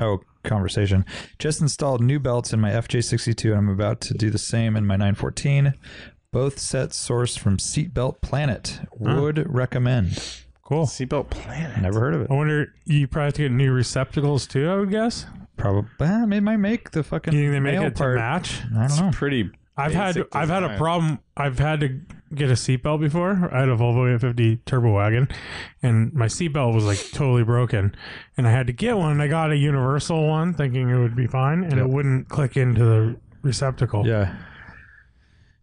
Oh, conversation. Just installed new belts in my FJ62, and I'm about to do the same in my 914. Both sets sourced from Seatbelt Planet. Would recommend. Cool. Seatbelt planet. Never heard of it. I wonder. You probably have to get new receptacles too. I would guess. Probably. Ah, they might make the fucking. You think they make male it part. to match? I don't know. Pretty. I've had Basic I've had a design. problem. I've had to get a seatbelt before. I had a Volvo 850 turbo wagon, and my seatbelt was like totally broken, and I had to get one. I got a universal one, thinking it would be fine, and it wouldn't click into the receptacle. Yeah.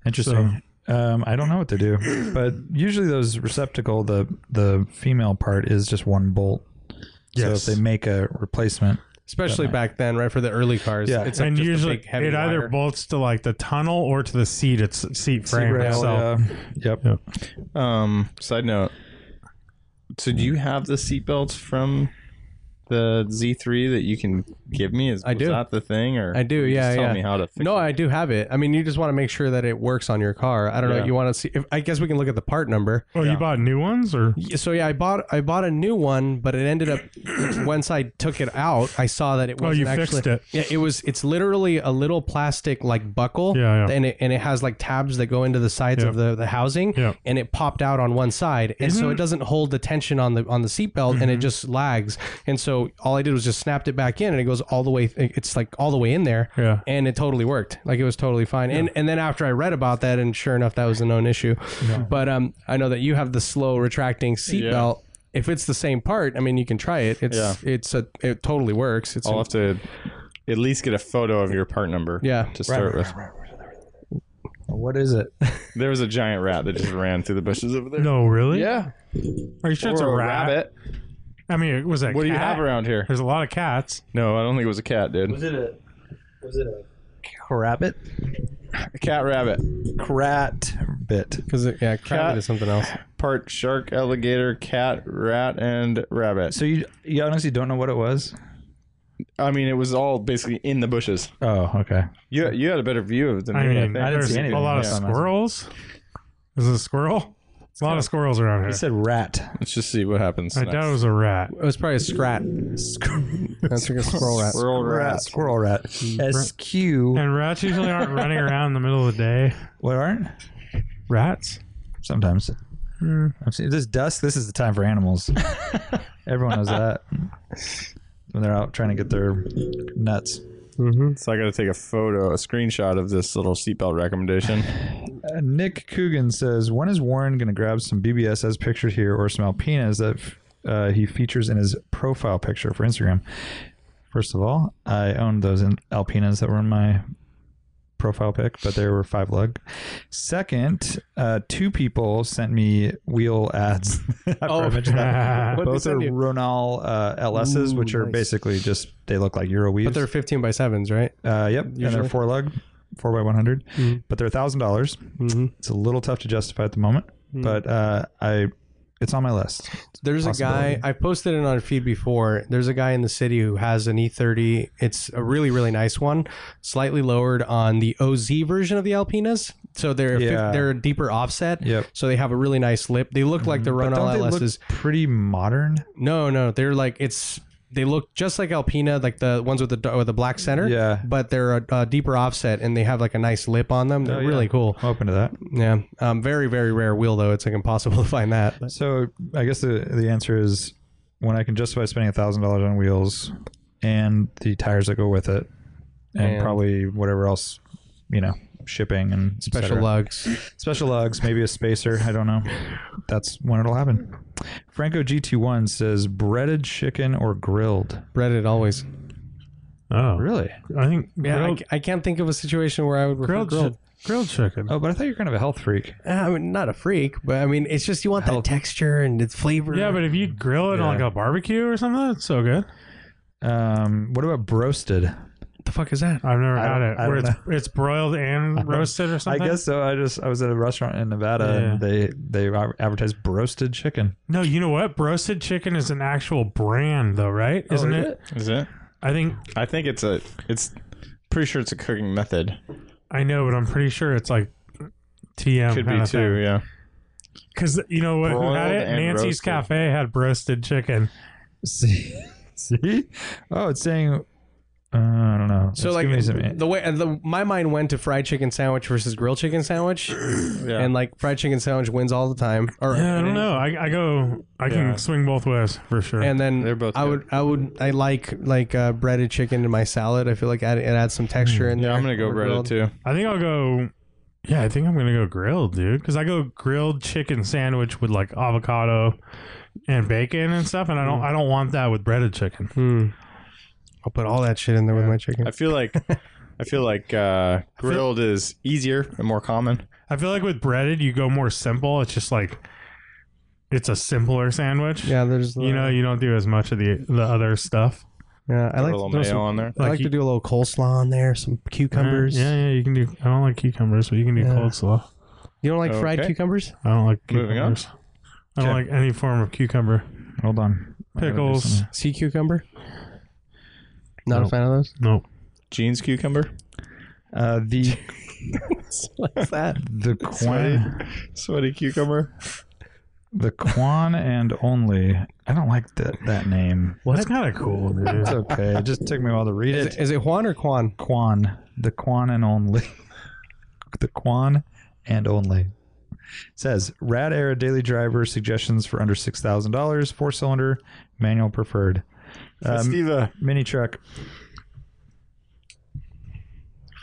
Interesting. um, I don't know what to do, but usually those receptacle, the the female part is just one bolt. Yes. So if they make a replacement, especially back then, right for the early cars. Yeah. it's and just a usually big, heavy it either wire. bolts to like the tunnel or to the seat. It's seat frame Rail, itself. yeah. yep. Um. Side note. So do you have the seatbelts from the Z3 that you can give me? Is I was do. that the thing or I do, you yeah, just Tell yeah. me how to. Fix No, it? I do have it. I mean, you just want to make sure that it works on your car. I don't know. Yeah. You want to see? If, I guess we can look at the part number. Oh, you bought new ones or? Y- So yeah, I bought I bought a new one, but it ended up once I took it out, I saw that it Oh, wasn't you actually. fixed it. Yeah, it was. It's literally a little plastic like buckle. Yeah, yeah. And it and it has like tabs that go into the sides of the, the housing. Yeah. Mm-hmm. And it popped out on one side, and so it doesn't hold the tension on the on the seatbelt, and it just lags. And so all I did was just snapped it back in, and it goes all the way. It's like all the way in there. Yeah. And it totally worked. Like it was totally fine. And and then after I read about that, and sure enough, that was a known issue. But um, I know that you have the slow retracting seatbelt. If it's the same part, I mean, you can try it. It's it's a it totally works. It's I'll a- have to at least get a photo of your part number. Yeah. To start with. What is it? There was a giant rat that just ran through the bushes over there. No, really? Yeah. Are you sure it's a, Or rat? rabbit. I mean, it was a What do you cat. have around here? There's a lot of cats. No, I don't think it was a cat, dude. was it a? Was it a? Rabbit? A cat rabbit. Crat bit. Because yeah, crab Cat. is something else. Part shark, alligator, cat, rat, and rabbit. So you you honestly don't know what it was? I mean, it was all basically in the bushes. Oh, okay. You you had a better view of it than I me. mean, I think. didn't there's see a anything. lot of Yeah. squirrels. Is it a squirrel? a lot of squirrels around You here. said rat. Let's just see what happens. I next. doubt it was a rat. It was probably a scrat. That's like a squirrel rat. Squirrel rat. Squirrel rat. SQ. And rats usually aren't running around in the middle of the day. What aren't? Rats? Sometimes. I've seen this dusk. This is the time for animals. Everyone knows that when they're out trying to get their nuts. Mm-hmm. So I got to take a photo, a screenshot of this little seatbelt recommendation. Uh, Nick Coogan says, "When is Warren going to grab some BBS as pictured here, or some Alpinas that f- uh, he features in his profile picture for Instagram?" First of all, I owned those in- Alpinas that were in my profile pic, but they were five lug. Second, uh, two people sent me wheel ads. Oh, I forgot to mention that. What'd they Both are send you? Ronal uh, LSs, Ooh, which are nice. basically just they look like Euro But weaves. they're 15 by 7s, right? Uh, yep, and they're Usually. four lug, four by one hundred, Mhm. but they're thousand dollars. Mm-hmm. It's a little tough to justify at the moment, but uh, I, it's on my list. There's a guy I posted it on a feed before. There's a guy in the city who has an E30. It's a really really nice one, slightly lowered on the OZ version of the Alpinas. So they're Yeah. they're a deeper offset. Yep. Mm-hmm. So they have a really nice lip. They look like the But Ronal don't they LSs. look pretty modern? no, no, they're like it's they look just like Alpina, like the ones with the d- with the black center. Yeah. But they're a, a deeper offset and they have like a nice lip on them. They're Oh, yeah. really cool. I'm open to that. Yeah. Um, very very rare wheel though. It's like impossible to find that. So I guess the the answer is when I can justify spending thousand dollars on wheels and the tires that go with it, and, And- probably whatever else, you know, shipping and et Special cetera. lugs. special lugs, maybe a spacer. I don't know. That's when it'll happen. Franco GT1 says breaded chicken or grilled. Breaded always. Oh, Really? I think Yeah, I, grilled, c- I can't think of a situation where I would refer grilled, grilled. chi- grilled chicken. Oh, but I thought you were kind of a health freak. Uh, I mean, not a freak, but I mean, it's just you want that texture and the flavor. Yeah, but if you grill it on like a barbecue or something, it's so good. Um, what about broasted? the fuck is that? I've never I had don't- it. I Where don't it's it's broiled and roasted or I something. guess so. I just I was at a restaurant in Nevada and they they advertised broasted chicken. No, you know what? Broasted chicken is an actual brand, though, right? Isn't is it? Is it? I think I think it's a. It's pretty sure it's a cooking method. I know, but I'm pretty sure it's like TM. Could be too. Yeah. Because you know what? Who had Broiled it? and Nancy's roasted. Cafe had broasted chicken. See, see. Oh, it's saying. Uh, I don't know. So It's like giving me some- the way and the, my mind went to fried chicken sandwich versus grilled chicken sandwich, Yeah. and like fried chicken sandwich wins all the time. Or Yeah, I don't know. I, I go. I Yeah. can swing both ways for sure. And then They're both I good. would I would I like like uh, breaded chicken in my salad. I feel like add, it adds some texture in there. Mm. Yeah, I'm gonna go Or breaded grilled. too. I think I'll go. Yeah, I think I'm gonna go grilled, dude. Because I go grilled chicken sandwich with like avocado and bacon and stuff, and I don't. I don't want that with breaded chicken. Hmm. I'll put all that shit in there with my chicken. I feel like. I feel like uh, grilled is easier and more common. I feel like with breaded, you go more simple. It's just like it's a simpler sandwich. yeah, there's You know, you don't do as much of the the other stuff. yeah. I Put like a little to throw mayo some- on there. I like, Like you- to do a little coleslaw on there, some cucumbers. Yeah, yeah, you can do. I don't like cucumbers, but you can do Yeah. cold slaw. You don't like fried Okay. cucumbers? I don't like Moving on. cucumbers. I don't like any form of cucumber. hold on. I gotta do Pickles. something. Sea cucumber? Not a fan of those? Nope. Jeans cucumber. Uh, the What's that? the quan Sweaty cucumber. the quan and only. I don't like that that name. Well, that's kind of cool, dude. It's okay. It just took me a while to read Is it. it, is it Juan or Quan? Quan, the Quan and only, the Quan and only. Says Rad Era Daily Driver suggestions for under six thousand dollars, four cylinder, manual preferred, um, Festiva. mini truck.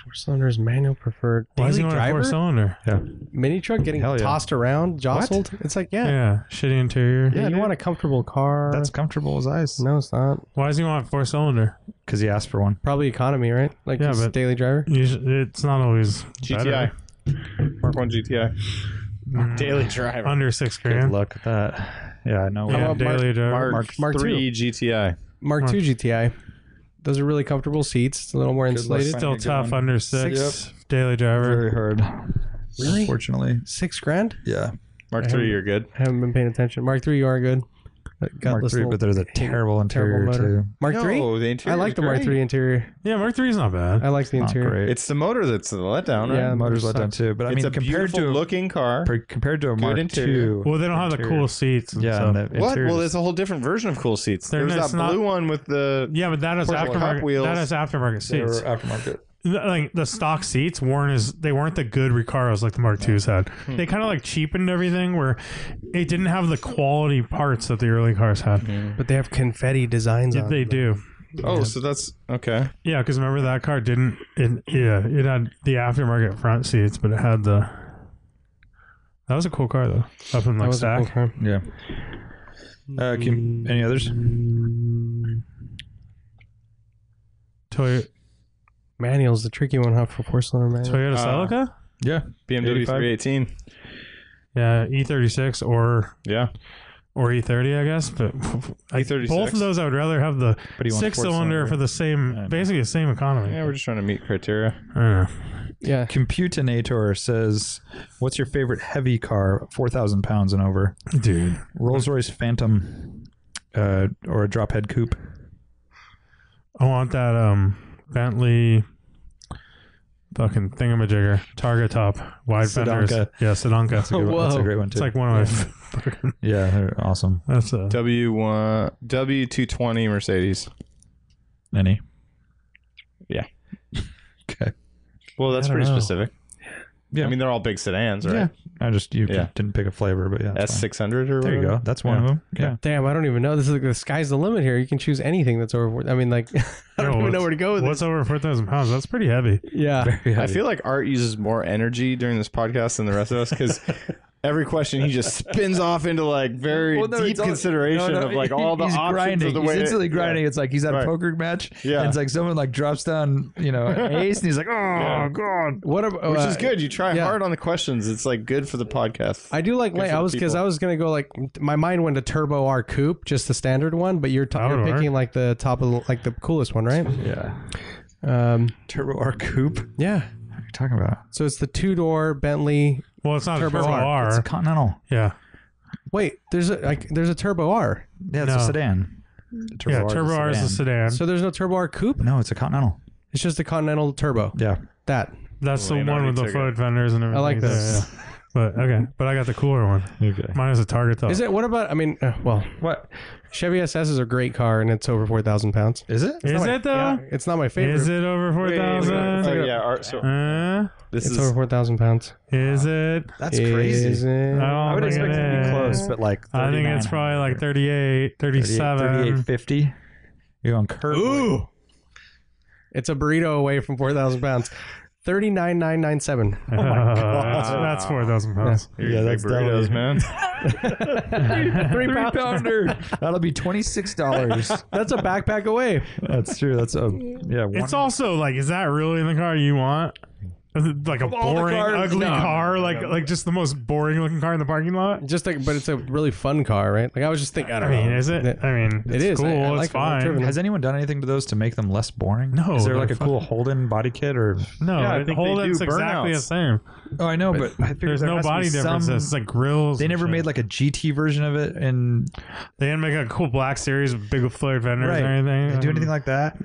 Four cylinders, manual preferred. Why is Daily he on a four driver? cylinder? Mini truck getting Hell yeah. tossed around, jostled? It's like, yeah. Yeah. yeah. shitty interior. you want a comfortable car. That's comfortable as ice. no, it's not. Why does he want four cylinder? Because he asked for one. Probably economy, right? Like Yeah, it's but- daily driver. It's not always GTI. better. Mark one GTI. Daily driver. under six Good grand. luck at that. Yeah, I know. Yeah, about Mark- daily driver. Mark, Mark three GTI. Mark Mark. II GTI. Those are really comfortable seats. It's a little more insulated. luck. Still Good tough one. under six. Daily driver. Very hard. Really? Unfortunately. Six grand? Yeah. Mark three, you're good. I haven't been paying attention. Mark three, you are good. God, Mark this three, little but there's a terrible interior terrible motor. too. Mark three. No, the I interior like is the Mark great. three interior. Yeah, Mark three's not bad. I like the Not interior. great. It's the motor that's the letdown, right? Yeah, the motor's let motor down too. But I it's mean, a compared beautiful to looking car. per- compared to a Mark interior. two. Well, they don't have the interior. cool seats. and Yeah, stuff. and the What? interior Well, is- there's a whole different version of cool seats. They're There's not- that it's not- blue one with the yeah, but that is Porsche Cup aftermarket. wheels. That is aftermarket seats. uh, aftermarket. The- like the stock seats weren't as they weren't the good Recaros like the Mark II's had. They kind of like cheapened everything where it didn't have the quality parts that the early cars had. But they have confetti designs on. They them. do. Oh, so that's okay. Yeah, because remember that car didn't. It, yeah, it had the aftermarket front seats, but it had the. That was a cool car though. Up in like was a stack. cool car. Yeah. Uh, can, any others? Toy- Manual's the tricky one, huh? For four cylinder manual. Toyota Uh, Celica. Yeah. BMW 85? 318. Yeah, E36 or Yeah. or E30, I guess. But I, E36. both of those, I would rather have the But you want six four cylinder cylinder. for the I know. same, basically the same economy. Yeah, we're just trying to meet criteria. I don't know. Yeah. Computinator says, "What's your favorite heavy car? Four thousand pounds and over. dude. Rolls Royce Phantom, uh, or a drophead coupe. I want that um Bentley fucking thingamajigger, Targa top, wide fenders. Sedanka. Yeah, Sedanka. That's a, good one. That's a Whoa. great one too. It's like one of my fucking. yeah, they're awesome. That's a W1 W220 Mercedes. Any? Yeah. okay. Well, that's I don't pretty know. specific. Yeah. I mean, they're all big sedans, Yeah. right? I just you Yeah. didn't pick a flavor, but yeah. that's fine. S600 or There you go. whatever. That's one Yeah. of them. Yeah. Damn, I don't even know. This is like the sky's the limit here. You can choose anything that's over. four- I mean, like, I Yo, don't even what's- know where to go with What's this. over four thousand pounds? That's pretty heavy. Yeah. I feel like Art uses more energy during this podcast than the rest of us because every question he just spins off into like very Well, no, deep it's all- consideration no, no, of like all the he's options grinding. of the he's way to- instantly yeah. grinding. It's like he's at a Right. poker match. Yeah. and it's like someone like drops down, you know, an ace, and he's like, "Oh god!" What? uh, About, Which is good. You try yeah. hard on the questions. It's like good for the podcast. I do like Good lay. for I the was because people. I was gonna go like my mind went to Turbo R Coupe, just the standard one. But you're, t- That you're would work. picking like the top of the, like the coolest one, right? Yeah, Um, turbo R coupe. What yeah. are you talking about? So it's the two door Bentley. Well, it's not Turbo a turbo R. R. It's a Continental. yeah, Wait, there's a like there's a Turbo R. Yeah, it's a No. sedan. The yeah. Turbo R is the sedan. So there's no Turbo R Coupe. No, it's a Continental. It's just the Continental Turbo. Yeah, That That's the Leonardo one with the took it. foot fenders and everything. I like Yeah, this. yeah. But okay, but I got the cooler one. Okay. Mine is a Target top. Is it? What about? I mean, uh, well, What Chevy SS is a great car, and it's over four thousand pounds. is it? Is it though? It's not my favorite. Is it over four Wait, wait, wait. Oh, thousand? yeah, Art, so Uh, this It's is over four thousand pounds. is it? That's crazy. Is it? I don't I would think expect it to be is. close, but like I think it's 39. probably like 38, 37. 38, 50. You're going curve. Ooh. It's a burrito away from 4,000 pounds. 39,997. Oh that's, that's 4,000 pounds. Yeah, that's burritos, man. Three pounds. pounder. That'll be twenty six dollars. That's a backpack away. That's true. That's a yeah. One, It's also like, is that really the car you want? Is it, Like a all the boring, cars, ugly no. car, like like just the most boring looking car in the parking lot. Just like, but it's a really fun car, right? Like I was just thinking, I I don't mean, know. is it? I mean, it's is. I- cool. I it's like it. I'm fine. driven. has anyone done anything to those to make them less boring? No, Is there like they're a cool Holden body kit or? No, Yeah, I it- think they Holden's do exactly the burnouts. same. Oh, I know, but I figured There's there no has to be body some- differences. It's like grills. They and never shit. made like a GT version of it, and They didn't make a cool black series with big flared fenders right? or anything. They do anything like that?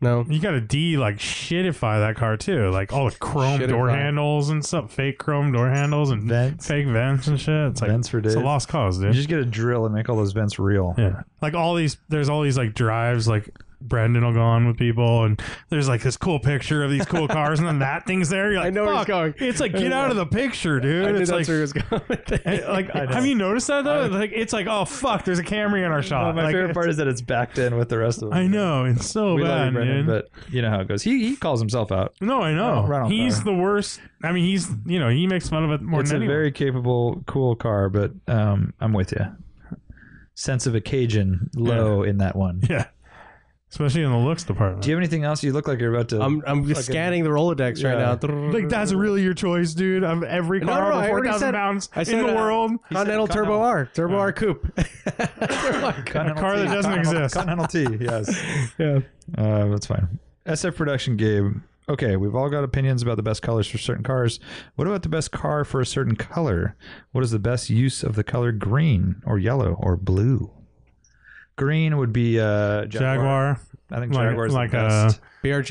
No. You got to de like shitify that car too, like all the chrome door Shitify. handles and stuff, fake chrome door handles and Vents. fake vents and shit. It's like Vents for it's a days. lost cause, You dude. just get a drill and make all those vents real. Yeah, like all these. There's all these like drives, like. Brendan will go on with people, and there's like this cool picture of these cool cars, and then that thing's there. You're like, I know where he's "Fuck." going. It's like, get out of the picture, I dude. knew It's like, that's where it was going. with Hey, that. like, have you noticed that though? Like, it's like, oh fuck, there's a Camry Oh, in our shop. My Like, favorite part is that it's backed in with the rest of them. I know it's so We love bad, you, Brendan, dude. but you know how it goes. He he calls himself out. no, I know. Oh, right on he's fire. the worst. I mean, he's you know he makes fun of it more it's a than anyone. very capable, cool car, but um, I'm with you. Sense of occasion low in that one. yeah, especially in the looks department. Do you have anything else? You look like you're about to. I'm, I'm just scanning the Rolodex right Yeah. now. like that's really your choice, dude. Of every No, car no, over I four already thousand said- pounds I in said, the uh, world. Continental Continental. Turbo R. Turbo R Coupe. Continental a car that T. doesn't Continental- exist. Continental T. Yes. yeah. Uh, that's fine. SF production game. Okay, we've all got opinions about the best colors for certain cars. What about the best car for a certain color? What is the best use of the color green or yellow or blue? Green would be uh, Jaguar. Jaguar, I think like- Jaguar is like uh, the a- best.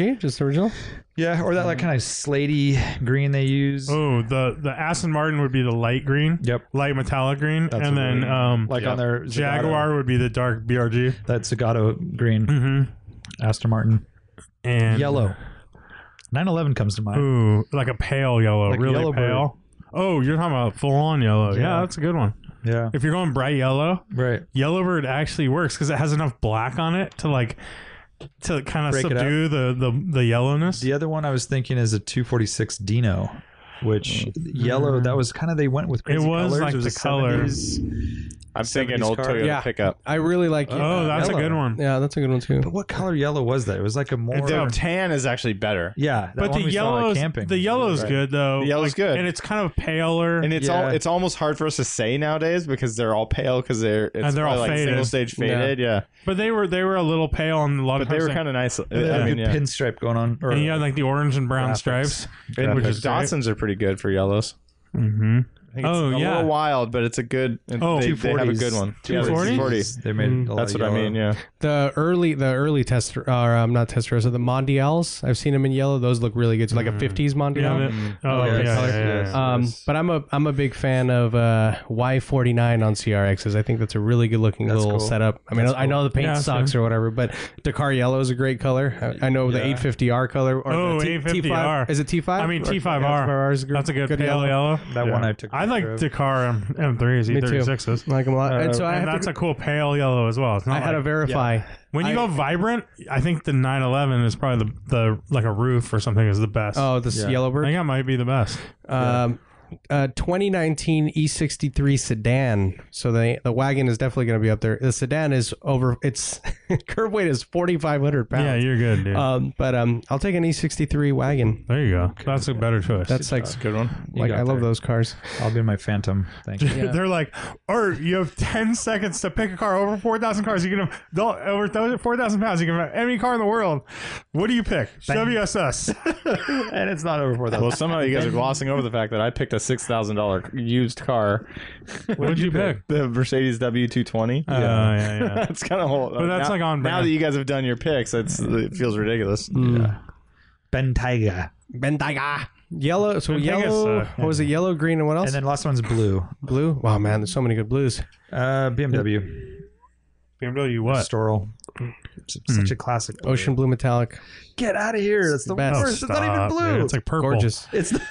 BRG, just original. yeah, or that like kind of slatey green they use. Oh, the the Aston Martin would be the light green. Yep. Light metallic green, That's and a then green. um, like yeah. on their Zagato- Jaguar would be the dark BRG. that Zagato green Mm-hmm. Aston Martin And yellow. 911 comes to mind. Mm. Ooh, like a pale yellow, Like really yellow bird. pale. Oh, you're talking about full on yellow. Yeah. Yeah. that's a good one. Yeah, If you're going bright yellow, right. Yellowbird actually works because it has enough black on it to like to kind of Break it up. subdue the, the the yellowness. The other one I was thinking is a 246 Dino, which Oh. yellow. That was kind of they went with Mm-hmm. It crazy was colors. like it was the a color. 70s. I'm thinking 70s old car. Toyota Yeah. pickup. I really like. oh, that's yellow. a good one. yeah, that's a good one too. But what color yellow was that? It was like a more. The tan is actually better, yeah, that But one the we saw at yellow's camping. the yellow's Right. good though. The yellow's good. and it's kind of paler. and it's all Yeah. it's almost hard for us to say nowadays because they're all pale because they're it's And they're all probably like faded. single stage Yeah. faded, yeah. but they were they were a little pale on a lot But of they were times. kind of nice. They had I a mean, good yeah. pinstripe going on. Or, and you had like the orange and brown Graphics. stripes. And Which the is great. Dodsons are pretty good for yellows. Mm-hmm. I think it's Oh, a yeah. little wild, but it's a good. Oh. they, they have a good one. Yeah, 240s? the 240. They made Mm. a lot That's of what I yellow. mean. Yeah, The early, the early test, or um, not Testarossa, the Mondials. I've seen them in yellow. Those look really good. It's like a '50s Mm. Mondial. Yeah, but- oh, yeah, yeah, yes, yes, yeah, yes. yeah. Um, Nice. but I'm a I'm a big fan of uh, Y49 on CRXs. I think that's a really good looking That's little cool. setup. I mean, I know the paint Yeah, sucks or whatever, but Dakar yellow is a great color. I, I know the Yeah. 850R color. Or Oh, the T- 850R. T5, is it T5? I mean, Or- T5R. yeah, T5R is That's a good, good pale yellow. yellow. That one I took. a I like picture of. Dakar M- M3s, Me too. E36s. I like them a lot. and so I and have Uh, that's to, a cool pale yellow as well. It's not I had to like- verify. when you I- go vibrant, I think the 911 is probably the, the like a roof or something is the best. Oh, this Yeah. yellow I bird. think that might be the best. Um, uh, 2019 E63 sedan. So the the wagon is definitely going to be up there. The sedan is over. Its curb weight is 4,500 pounds. Yeah, you're good, dude. Um, but um, I'll take an E63 wagon. there you go. That's a better choice. That's like, good one. like got I love there. those cars. I'll be my Phantom. Thank you. Yeah. They're like, Art, you have 10 seconds to pick a car over 4,000 cars. You can have they'll- over th- 4,000 pounds. You can have any car in the world. What do you pick? Chevy SS. and it's not over for that. Well, somehow you guys are glossing over the fact that I picked a six thousand dollar used car, what did you pick? the Mercedes W two twenty. Uh, yeah, yeah. That's kind of whole. But that's now, like on now brand. that you guys have done your picks. It's it feels ridiculous. Hmm. Ben Taiga. Bentayga. Yellow. So Bentaygas, yellow. uh, what was it? Yellow, green, and what else? And then last one's blue. blue. Wow, man, there's so many good blues. Uh, BMW. BMW what? Storl. It's Such a Mm. classic. blue. Ocean blue metallic. Get out of here. That's the Best. worst. it's not even Stop, blue. dude. It's like purple. Gorgeous. It's the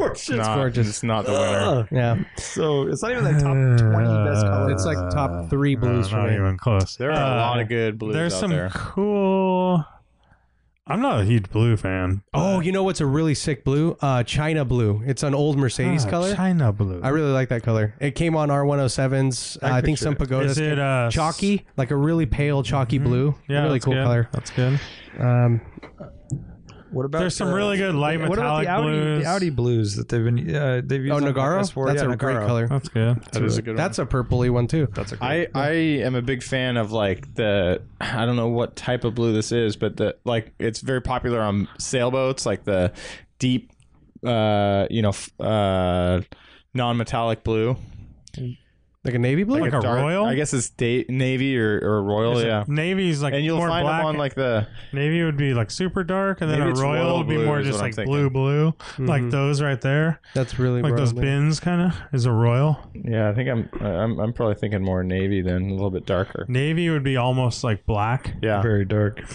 It's not, gorgeous. It's not the winner. Yeah. so it's not even the top twenty best colors. It's like top three Uh, blues for not me. even close. There are Uh, a lot of good blues There's out some there. cool. I'm not a huge blue fan. Oh, you know what's a really sick blue? Uh, China blue. It's an old Mercedes Ah, color. China blue. I really like that color. It came on R107s. Uh, I, think some pagodas. Is it came- uh, chalky, like a really pale chalky blue. Yeah, really that's cool good. color. That's good. Um, What about There's some uh, really good light What about metallic the Audi, blues. the Audi blues that they've been uh, they've used? oh, on the Nagara. S4? That's Yeah, a great Nagara. color. That's good. That is a good That's a purpley one too. That's a great. I I am a big fan of like the I don't know what type of blue this is, but the like it's very popular on sailboats, like the deep, uh, you know, f- uh, non-metallic blue, Like a navy blue. Like a Dark- royal. I guess it's da- navy or, or royal, yeah. Navy's like and you'll more find black. them on like the Navy would be like super dark, and then Maybe a it's royal, royal would be blue more is just what I'm like thinking. blue blue, like Mhm. those right there, That's really like royal those blue. bins kind of is a royal. yeah. I think I'm I'm I'm probably thinking more navy than a little bit darker. Navy would be almost like black. Yeah, Very dark.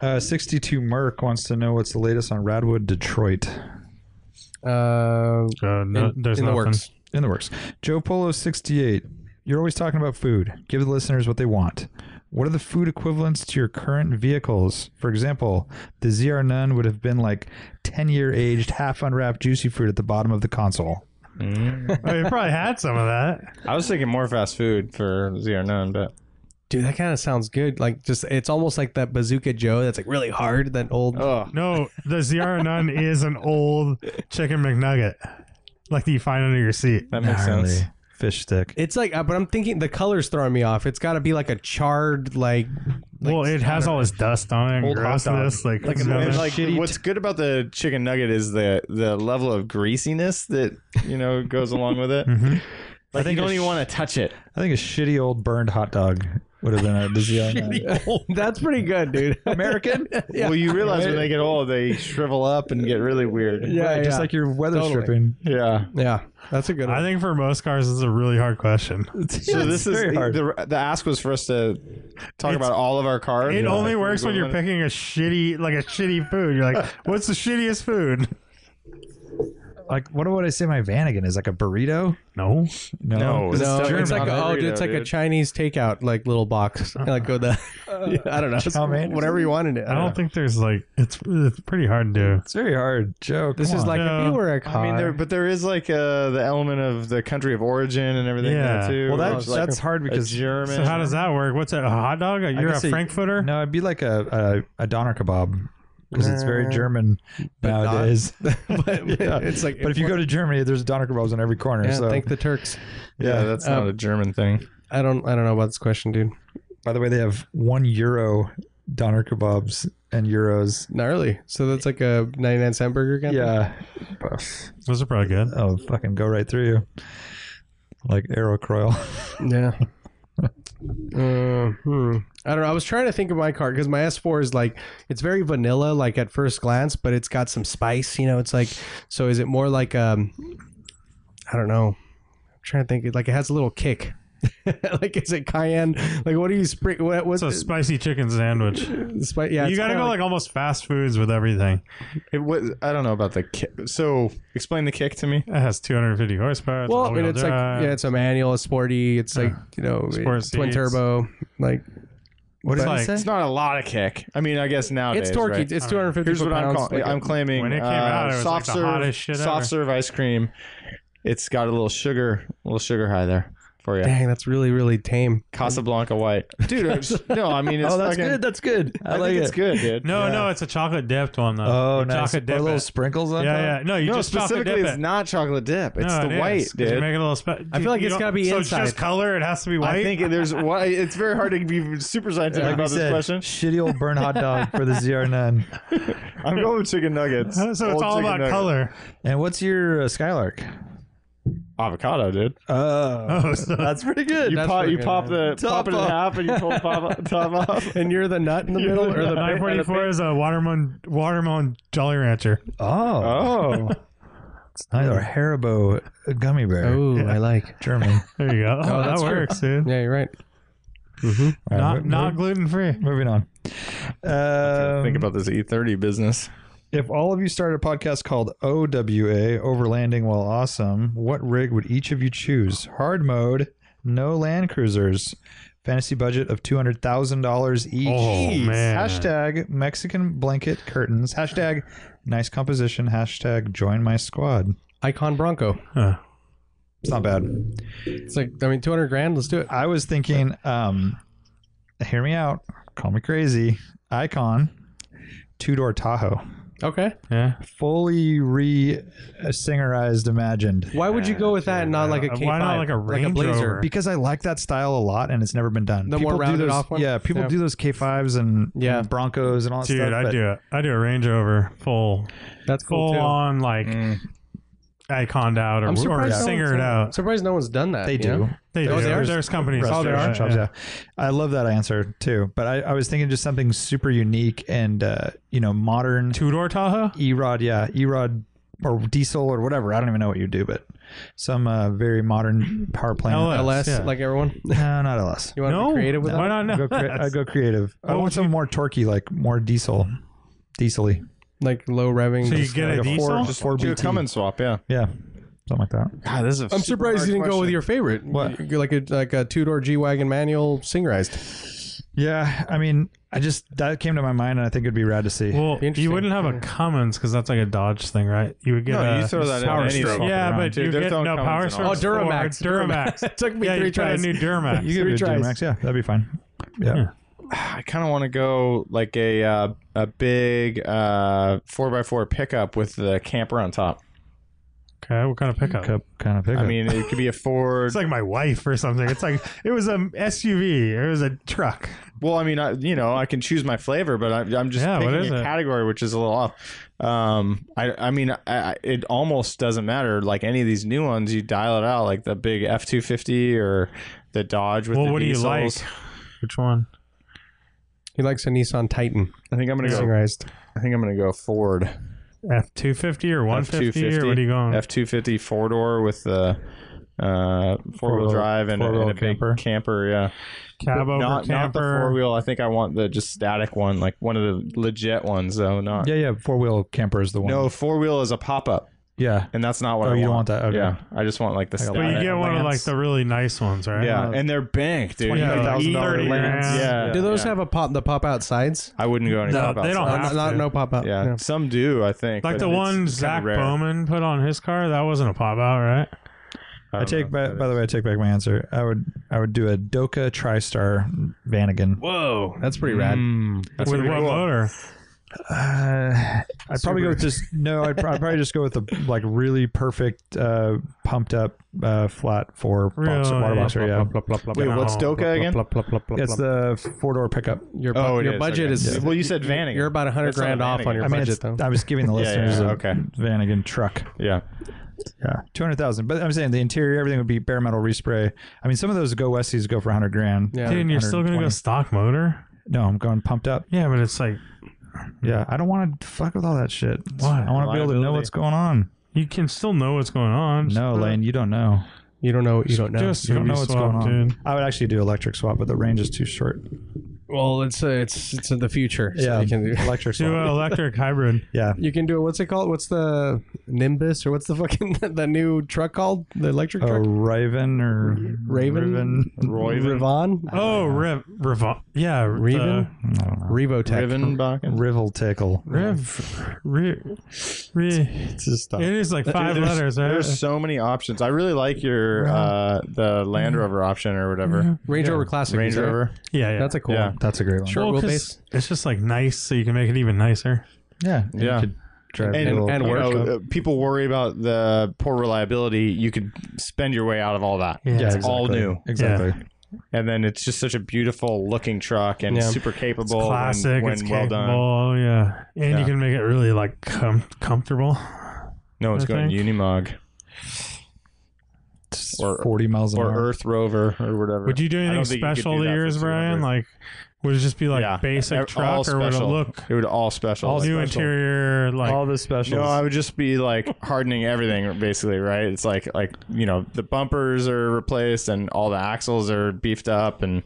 Uh, 62 Merc wants to know what's the latest on Radwood Detroit. Uh, Uh, no, in, there's in the nothing. works. In the works. Joe Polo 68. You're always talking about food. Give the listeners what they want. What are the food equivalents to your current vehicles? For example, the ZR Nun would have been like 10 year aged, half unwrapped juicy fruit at the bottom of the console. I mean, it Oh, probably had some of that. I was thinking more fast food for zr none, but Dude, that kind of sounds good. Like just, it's almost like that Bazooka Joe. That's like really hard. That old. oh, No, the Zr Nun is an old chicken McNugget, like that you find under your seat. that makes Gnarly sense. Fish stick. It's like, uh, but I'm thinking the color's throwing me off. It's got to be like a charred, like well, it has all this dust on it and Old hot dog. grossness. Like, Like you an know, old And that- like, shitty what's good about the chicken nugget is the the level of greasiness that you know goes along with it. Mhm. Like, think you don't a even sh- want to touch it. I think a shitty old burned hot dog would have been a the ZR Nun. That's pretty good, dude. American? Yeah. Well, you realize when they get old, they shrivel up and get really weird. Yeah, Right, yeah. Just like your weather Totally. stripping. Yeah. yeah, that's a good one. I think for most cars, this is a really hard question. So this is very hard. the the ask was for us to talk It's- about all of our cars. It Yeah. only Like, works when you're picking a shitty, like a shitty food. You're like, what's the shittiest food? Like, what would I say my Vanagon is? Like a burrito? No. No. No, It's No, German it's like a, on oh, it. dude, it's like a Dude. Chinese takeout like little box, like go the I don't know. Chow mein or Whatever you wanted it. I don't think there's like it's it's pretty hard to. It's very hard, Joe. This come is on. like if No. you were a car. I mean, there, but there is like uh, the element of the country of origin and everything there, Yeah. too. well, that, It's like that's hard a because German. So how does that work? What's that, a hot dog? You're a guess it- frankfurter? no, it'd be like a a, a doner kebab because it's very Nah, German but not. nowadays. but Yeah. it's like but if you go to Germany, there's doner kebabs on every corner. yeah, so thank the Turks. yeah, that's Uh, not a German thing. I don't. I don't know about this question, dude. by the way, they have one euro doner kebabs and euros. Gnarly. So that's like a ninety-nine cent burger. Kind Of? Yeah. Those are probably good. Oh, fucking go right through you. Like Aerocroil. Yeah. Uh, hmm. I don't know. I was trying to think of my card because my S4 is like it's very vanilla, like at first glance, but it's got some spice. You know, it's like so. Is it more like um, I don't know. I'm trying to think. Like it has a little kick. like is it cayenne? Like what do you spring? What was It's a spicy chicken sandwich. Spi- yeah, you it's got to kinda go like almost fast foods with everything. It was. I don't know about the kick. So explain the kick to me. It has 250 horsepower. Well, I mean, it's like yeah, it's a manual, it's sporty, it's like you know, Sport twin seats. turbo, like What But- did he It's say? not a lot of kick. I mean, I guess nowadays. it's torquey. right? It's 250 Here's what foot I'm pounds, calling. like I'm claiming. When it came uh, out, it was like soft the serve, hottest shit soft ever. serve ice cream. It's got a little sugar, a little sugar high there for you. Dang, that's really really tame. Casablanca white, dude. it's- no, I mean, it's Oh, that's fucking, good. That's good. I, I, like think it. it's good, dude. No, no, it's a chocolate dipped one though. Oh, You nice. Chocolate Put dip. a little it. sprinkles on top? yeah, yeah. No, you no, just chocolate specifically, dip it's it. not chocolate dip. It's no, the it white, is, 'cause dude. You make it a little. Spe- I feel like you it's don't- gotta be so inside. it's just color. It has to be white. I think there's why it's very hard to be super scientific Like we about this said, question. shitty old burn hot dog for the ZR9. I'm going with chicken nuggets. Oh, so. It's Old all chicken about nuggets. color. And what's your uh, Skylark? Avocado, dude. Uh, Oh, Oh, so that's pretty good. You That's pop, pretty you good, pop yeah. the Top pop it in off. half, and you pull the pop top off. And you're the nut in the middle, or the nine forty four is a watermelon watermelon Jolly Rancher. Oh, Oh, nice. or Haribo uh, gummy bear. oh, I like. German. There you go. Oh, that that's true. works, dude. Yeah, you're right. All right, Not mo- not gluten free. mo- moving on. Um, think about this E30 business. if all of you started a podcast called OWA, Overlanding While Awesome, what rig would each of you choose? Hard mode, no land cruisers, fantasy budget of two hundred thousand dollars each. Oh, man. Hashtag Mexican blanket curtains. Hashtag nice composition. Hashtag join my squad. Icon Bronco. Huh. It's not bad. It's like I mean, 200 grand. Let's do it. I was thinking, um, hear me out. Call me crazy. Icon, two door Tahoe, Okay. Yeah. fully re-singerized, imagined. Why would you go with that and not like a K5? Why not like a Range Blazer? Rover? Because I like that style a lot, and it's never been done. The more do rounded those, off one? yeah. People Yeah. do those K fives and Yeah. and Broncos and all that Dude, stuff. I but do it. I do a Range Rover full That's cool full too. Mm. on like Mm. iconed out or, I'm or surprised. no one's singered done- out. surprised no one's done that. They you do. know? They Oh, do. they are? There's, companies. Restaurant shops, yeah. I love that answer too. But I, I was thinking just something super unique and uh, you know modern. Two door Tahoe. E-Rod, yeah, E-Rod or diesel or whatever. I don't even know what you do, but some uh, very modern power plant. LS. LS, Yeah. like everyone. No, not LS. You want to No. be creative with that? Why not? I No. go, cre- I go creative. I What would want some more torquey, like more diesel, diesely. Like low revving. So you just get like a a diesel. Ford- Just Four do a BT. come and swap, yeah. Yeah, something like that. God, this is a I'm surprised you didn't go with your favorite. What? You- Like a like a two door G wagon manual singerized. Yeah, I mean, I just that came to my mind, and I think it'd be rad to see. Well, you Interesting. wouldn't have a Cummins because that's like a Dodge thing, right? You would get No, a uh, you throw that in Power any Stroke. swap Yeah, around. but Dude, you they're get throwing no Cummins Power in Stroke. all Oh, Duramax. or Duramax. It took me yeah, three you try a tries. new Duramax. you could do a tries. Duramax, yeah, that'd be fine. Yeah, Yeah. I kind of want to go like a uh, a big uh, 4x4 pickup with the camper on top. okay, what kind of pickup? Cup kind of pickup. I mean, it could be a Ford. It's like my wife or something. It's like it was a SUV. It was a truck. well, I mean, I, you know, I can choose my flavor, but I, I'm just Yeah, what picking is a it? category which is a little off. Um, I, I mean, I, I, it almost doesn't matter. Like any of these new ones, you dial it out, like the big F 250 or the Dodge with well, the what do you like? diesels. Which one? He likes a Nissan Titan I think I'm gonna go. singerized. I think I'm gonna go Ford. F two fifty or one fifty F250. or what are you going? F two fifty four door with the uh, four wheel Four-wheel- drive and, a- four-wheel and a big camper. camper. yeah. Cab over not not the camper. four wheel. I think I want the just static one, like one of the legit ones, though. Not yeah, yeah, four wheel camper is the one. no four wheel is a pop up. Yeah. and that's not what I Oh, you don't want. want that, okay. Yeah, I just want like the. But But you static get one of like lens. the really nice ones, right? Yeah, and they're bank, dude. Yeah, Yeah, $30 $30,000 grand. lens. yeah. Do those yeah. have a pop the pop out sides? Uh, I wouldn't go any No, pop they don't outside. have- Not, not to. no pop out. Yeah, some do. I think Like but the it's one kinda Zach rare. Bowman put on his car, that wasn't a pop out, right? I, I, don't take know. by, by the way, I take back my answer. I would I would do a Doka TriStar Vanagon. Whoa, that's pretty rad. That's With pretty what cool. motor? Uh, I'd probably go with just no. I'd, prob- I'd probably just go with the like really perfect uh, pumped up uh, flat four box, Really? water boxer. Yeah, Wait, what's No. Doka again? it's the four door pickup. Your, bu- Oh, it your is, budget okay. is. Yeah. Well, you said Vanagon. You're about hundred That's not grand a off on your I mean, budget, it's, though. I was giving the Yeah, yeah, listeners yeah, a okay. Vanagon truck. Yeah, Yeah, two hundred thousand. But I'm saying the interior, everything would be bare metal respray. I mean, some of those Go Westies go for hundred grand. Yeah. Dude, and you're still gonna go 120. stock motor? No, I'm going pumped up. Yeah, but it's like Hmm. Yeah, I don't want to fuck with all that shit. Why? I want to be able to know Reliability. what's going on. you can still know what's going on. Just No, put it- Lane, you don't know. You don't know. You don't know. Just You don't maybe know what's swap, going on. dude. I would actually do electric swap, but the range is too short. well, it's uh, it's it's in the future. So Yeah, you can do. electric Do uh, an swap. electric hybrid. yeah, You can do it. What's it called? What's the Nimbus or what's the fucking the new truck called? The electric a truck? Oh, Raven or Raven? Royven. Rivon? Oh, Rev, Revon, yeah, Reven? I don't know. Revotech. Rivenbakken. Rivel tickle. the Rev, Re, Re. It's just uh, stuff. It is like five Dude, there's- letters, right? There's so many options. I really like your uh the Land Rover option or whatever. Range Rover Classic. Range is it? Rover. yeah, yeah. That's a cool Yeah. one. That's a great one. Sure. Well, 'cause wheelbase. It's just like nice, so you can make it even nicer. Yeah, and Yeah. You could drive And, a little, and and you work. know, uh, people worry about the poor reliability. You could spend your way out of all that. Yeah. yeah, it's all exactly. new. Exactly. And then it's just such a beautiful looking truck and Yeah. super capable. when- Classic. when, it's well done. capable. Yeah, and Yeah. you can make it really like com- comfortable. No one's I going think. Unimog It's Or- Forty miles an or hour. Earth Rover or whatever. Would you do I anything don't think you could special do to that for yours, Brian? 200. Like, would it just be like Yeah. basic Ev- all truck, or would it special. look It would all special. all Like- new interior? Like, all the specials. No, I would just be like hardening everything basically, right? It's like like you know the bumpers are replaced and all the axles are beefed up and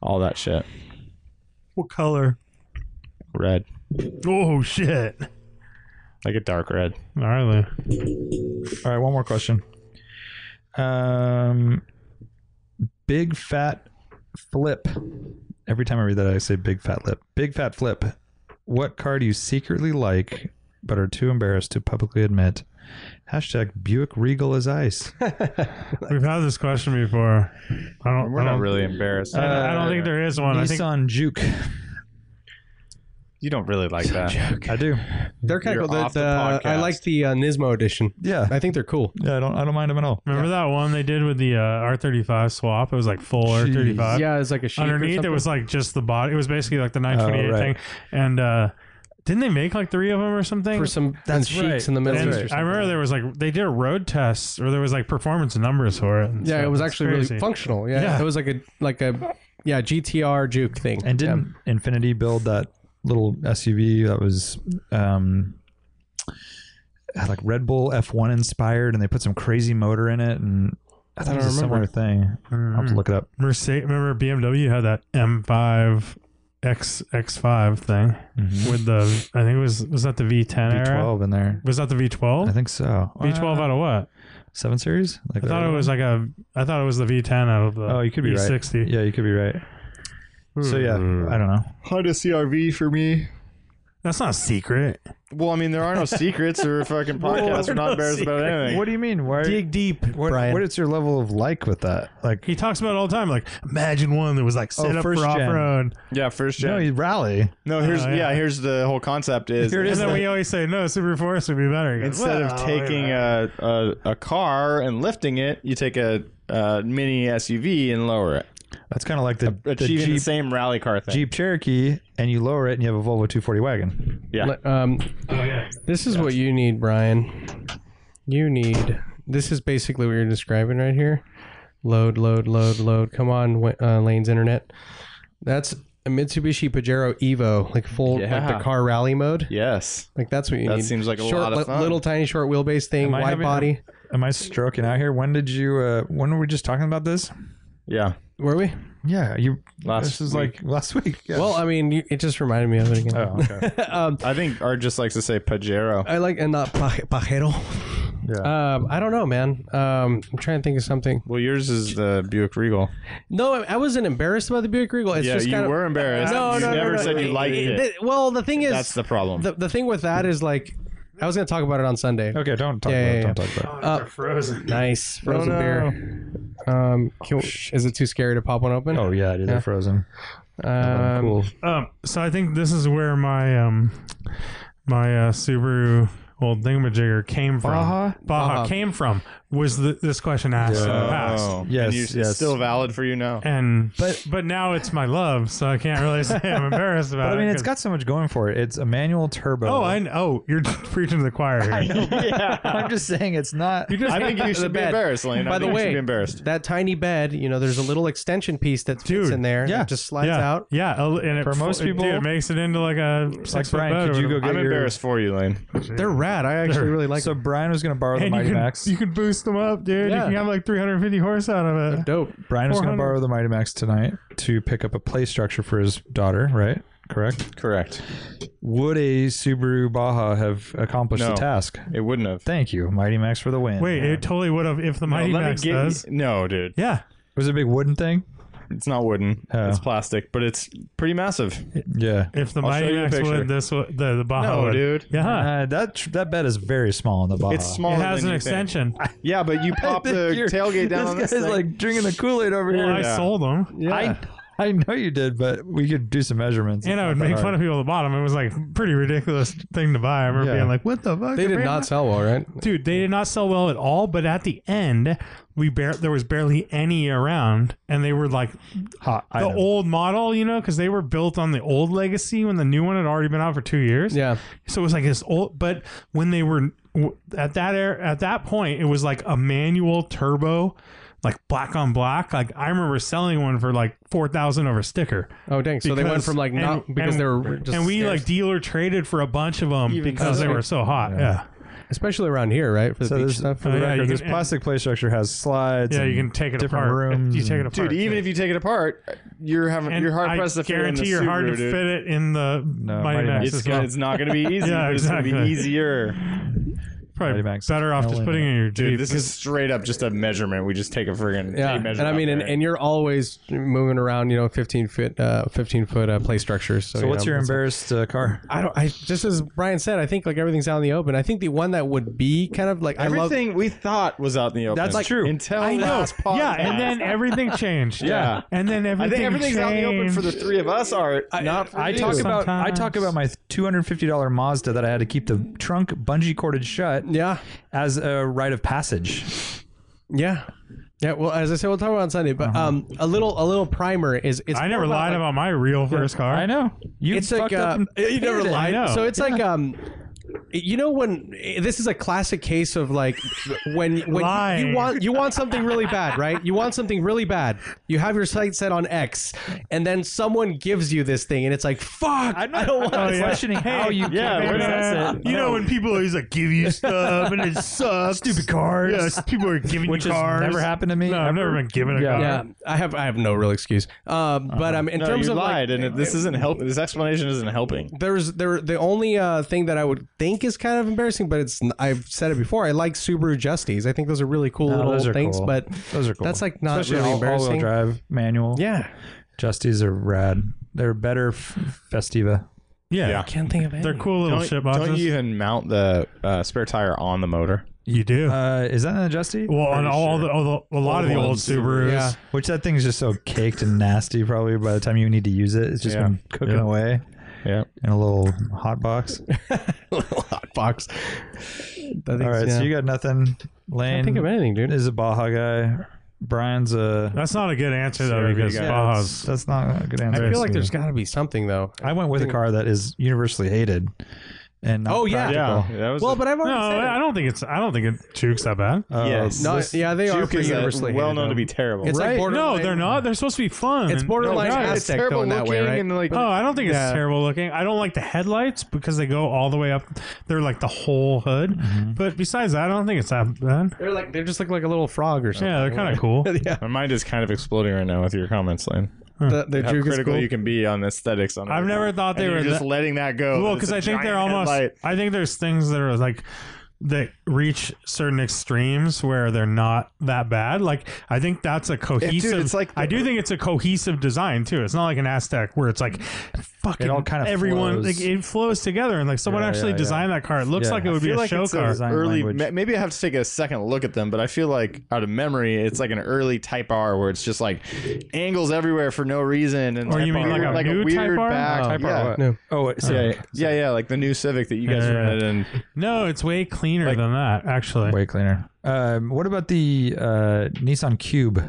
all that shit. what color? Red, Oh shit! like a dark red. Gnarly. All right, one more question. Um, big fat flip. Every time I read that, I say big fat lip. Big fat flip. What car do you secretly like but are too embarrassed to publicly admit? Hashtag Buick Regal is ice. We've had this question before. I don't. We're I not don't, really embarrassed. I don't, I don't think there is one. I think Nissan Juke. you don't really like that. I do. They're kind You're of cool. The, off the the- I podcast. like the uh, Nismo edition. Yeah. I think they're cool. Yeah, I don't. I don't mind them at all. remember that one they did with the uh, R35 swap. It was like full Jeez. R35. yeah, it's like a sheep or Underneath it was something. like just the body. It was basically like the 928 Oh, right. thing. And uh, didn't they make like three of them or something? for some That's sheeps right. in the Middle And East. or I something. remember there was like they did a road test or there was like performance numbers for it. and Yeah, stuff. it was It's actually crazy. really functional. Yeah, Yeah. it was like a like a yeah GTR Juke thing. And Yeah. didn't Infinity build that little SUV that was um, had, like Red Bull F1 inspired, and they put some crazy motor in it? And I thought it don't was a similar remember. thing. I'll Hmm. have to look it up. Mercedes. Mm-hmm. Remember BMW had that M5 X X5 thing Mm-hmm. with the I think it was was that the V10 era? V12 in there. Was that the I V12? think so. V12 Uh, out of what? seven series. Like I thought it that. was like a. I thought it was the V10 out of the. Oh, you could be right. E60. Yeah, you could be right. So yeah, Hmm. I don't know. Honda CRV for me. That's not a secret. Well, I mean, there are no secrets or fucking podcasts. We're not embarrassed about anything. What do you mean? Why? deep, what, Brian. what is your level of like with that? Like, He talks about it all the time. Like, imagine one that was like set Oh, up first for off gen. road. yeah, first no, gen. you rally. No, here's Oh, yeah. yeah. Here's the whole concept is Here it And is. then we always say, no, Super Force would be better. He goes, instead of "Well, oh, taking yeah." a, a a car and lifting it, you take a, a mini SUV and lower it, That's kind of like the, the achieving the Jeep same rally car thing. Jeep Cherokee and you lower it and you have a Volvo 240 wagon. Yeah. Um, this is what you need, Brian. You need. This is basically what you're describing right here. Load, load, load, load. Come on, Wa- uh, Lane's internet. That's a Mitsubishi Pajero Evo, like full, like Yeah. the car rally mode. Yes. Like that's what you That need. seems like a short, lot of li- fun. little tiny short wheelbase thing, Am I wide having a- body. Am I stroking out here? When did you? Uh, when were we just talking about this? Yeah. Were we? Yeah, you. Last this is week. like last week. Yeah. Well, I mean, you, it just reminded me of it again. oh, okay. I think Art just likes to say Pajero. I like and not paj- pajero. Yeah. Um, I don't know, man. Um, I'm trying to think of something. Well, yours is the Buick Regal. No, I I wasn't embarrassed about the Buick Regal. It's yeah, just you kind of, were embarrassed. No, you no, no, never no, said you liked it. Th- Well, the thing is, That's the problem. the, the thing with that is like, I was going to talk about it on Sunday. Okay, don't talk Yeah, about yeah, it. Don't talk about Uh, frozen. Nice frozen Oh, no. beer. Um, can- is it too scary to pop one open? it. Oh yeah, dude, they're Yeah. frozen. um, cool. Um, so I think this is where my um, my uh, Subaru old thingamajigger came from. Baja? Baja Baja. came from was the, this question asked in the past, Oh, Yes, and you- yes. Still valid for you now. and but but now it's my love, so I can't really say I'm embarrassed about But I mean, it. it's 'cause- got so much going for it. It's a manual turbo. Oh, I kn- oh, you're preaching to the choir here. I'm just saying it's not. You're just I think you The should be bed. embarrassed, Lane. By I the think you way- should be embarrassed. that tiny bed, you know, there's a little extension piece that fits Dude, in there. yeah, that just slides yeah, out. Yeah, a- and it, For most it- dude, people- it makes it into like a Like six foot Brian, bed or could you go whatever. get I'm your? embarrassed for you, Lane. They're rad. I actually really like. so Brian was going to borrow the And you Mighty can, Max. you can boost them up, dude. Yeah. You can have like 350 horse out of it. Dope. Brian was going 400. to borrow the Mighty Max tonight to pick up a play structure for his daughter. Right? Correct. Correct. Would a Subaru Baja have accomplished No. the task? It wouldn't have. Thank you, Mighty Max, for the win. Wait, it totally would have if the No, Mighty let me Max get- does. No, dude. Yeah, was it a big wooden thing? It's not wooden. Oh. It's plastic, but it's pretty massive. Yeah. if the I'll show Mighty you a Max picture. would, this would the the Baja No, would. dude. Yeah, Uh, that tr- that bed is very small in the Baja. It's it smaller. has than an you think. extension. Yeah, but you pop the tailgate down This on guy's this thing. like drinking the Kool Aid over Well, here. I Yeah. sold them, I I know you did, but we could do some measurements. and I would make fun of people at the bottom. It was like a pretty ridiculous thing to buy. I remember Yeah. being like, "What the fuck?" They did not sell well, right? dude. They did not sell well at all. But at the end, we bar- there was barely any around, and they were like hot. the old model, you know, because they were built on the old Legacy when the new one had already been out for two years. Yeah. So it was like this old, but when they were w- at that air at that point, it was like a manual turbo, like black on black. Like I remember selling one for like four thousand over sticker, Oh dang! So they went Because- from like not and- because and- they were just and we scarce. like dealer traded for a bunch of them because they so. were so hot. Yeah, yeah, especially around here, right? For the So beach there's- stuff. For the Oh, yeah, record, you this can- plastic play structure has slides. and you can take it different apart. rooms you take it and- apart, Dude, even if you take it apart, you're having and you're hard I pressed to fit it in the guarantee you're hard Subaru, to dude. fit it in the No, Mighty Mighty Max. Max. It's as gonna, well. it's not going to be easy. Yeah, but It's going to exactly. be easier. probably Mighty Max. better off No just way. putting it in your Jeep. Dude, this is straight up just a measurement. We just take a friggin' Yeah, tape measure. and I out mean, and, there. and you're always moving around, you know, 15 foot, uh, 15 foot uh, play structures. So, So you what's know, your it's- embarrassed uh, car? I don't. I just as Brian said, I think like everything's out in the open. I think the one that would be kind of like I love. everything we thought was out in the open. That's like- true. Until I know. last podcast. Yeah, and then everything changed. Yeah. and then everything. I think everything's out in the open changed. for the three of us. Art, not for I you. talk about I Sometimes. talk about my two hundred fifty dollar Mazda that I had to keep the trunk bungee corded shut Yeah, as a rite of passage. yeah, yeah. Well, as I said, we'll talk about it on Sunday. But Uh-huh. um, a little, a little primer is. It's I more never about, lied like, about my real first car. I know you it's like fucked up. uh, and- you never hated it. lied. I know. So it's like um, you know when this is a classic case of like when when you, Lying. you want you want something really bad, right? You want something really bad. You have your sight set on X, and then someone gives you this thing, and it's like fuck. I'm not, I am not yeah. questioning how you. Yeah, came what in. is that? Yeah. That's it. You know when people always like give you stuff and it sucks. Stupid cars. Yeah, people are giving which you has cars. never happened to me. No, I've never been given a Yeah. car. Yeah, I have I have no real excuse. Um, but um, in Uh-huh. No, terms you of like, lied, and it, this isn't helping. This explanation isn't helping. there's there the only uh, thing that I would think is kind of embarrassing, but it's I've said it before. I like Subaru Justies. I think those are really cool No, little those are things, cool. but Those are cool. that's like not Especially really all- embarrassing. all-wheel drive manual. Yeah, Justies are rad. They're better f- Festiva. Yeah. Yeah. can't think of it. They're cool little Don't, shit boxes. don't you even mount the uh, spare tire on the motor? You do. Uh, is that an Justy? well, on all the, all the a lot of the old ones. Subarus. Yeah. Which that thing's just so caked and nasty. Probably by the time you need to use it, it's just Yeah. been cooking Yeah. away Yeah. in a little hot box. hot box. All all right, so you got nothing. Lane can't think of anything, dude. is a Baja guy. Brian's a. That's not a good answer though CRV because guy. Yeah, Baja's. that's not a good answer. I feel like there's got to be something though. I went with a car that is universally hated, and not Oh, yeah. practical. that was Well, but I've No, already said I it. don't think it's. I don't think it jukes that bad. Uh, Yes. No, yeah, they are Juke pretty is uh, universally well hated, known though. to be terrible. It's like borderline. No, they're not. They're supposed to be fun. It's and- borderline No, it's Aztec terrible going that way, looking right? and, like, Oh, I don't think it's Yeah. terrible looking. I don't like the headlights because they go all the way up. They're like the whole hood. But besides that, I don't think it's that bad. They're like they just look like a little frog or something. Yeah, they're kind of cool. yeah. My mind is kind of exploding right now with your comments, Lane. The, the How juke is critical cool. you can be on aesthetics. On I've everything. never thought And they you're were just that- letting that go. Well, It's because a I think they're giant almost. headlight. I think there's things that are like that reach certain extremes where they're not that bad. Like I think that's a cohesive. it's like I do think it's a cohesive design too. It's not like an Aztec where it's like fucking all kind of everyone flows. like it flows together and like someone Yeah, actually yeah, yeah. designed that car. It looks Yeah. like it would be feel a like show it's a car. Design early. language. ma- Maybe I have to take a second look at them, but I feel like out of memory, it's like an early Type R where it's just like angles everywhere for no reason. And Or Type you mean R- like a new Type weird R? back- Oh, Type yeah. R what? No. Oh, wait, so Yeah, yeah, yeah, like the new Civic that you guys Yeah. rented, and No, it's way cleaner than that actually. way cleaner. Um, what about the uh, Nissan Cube?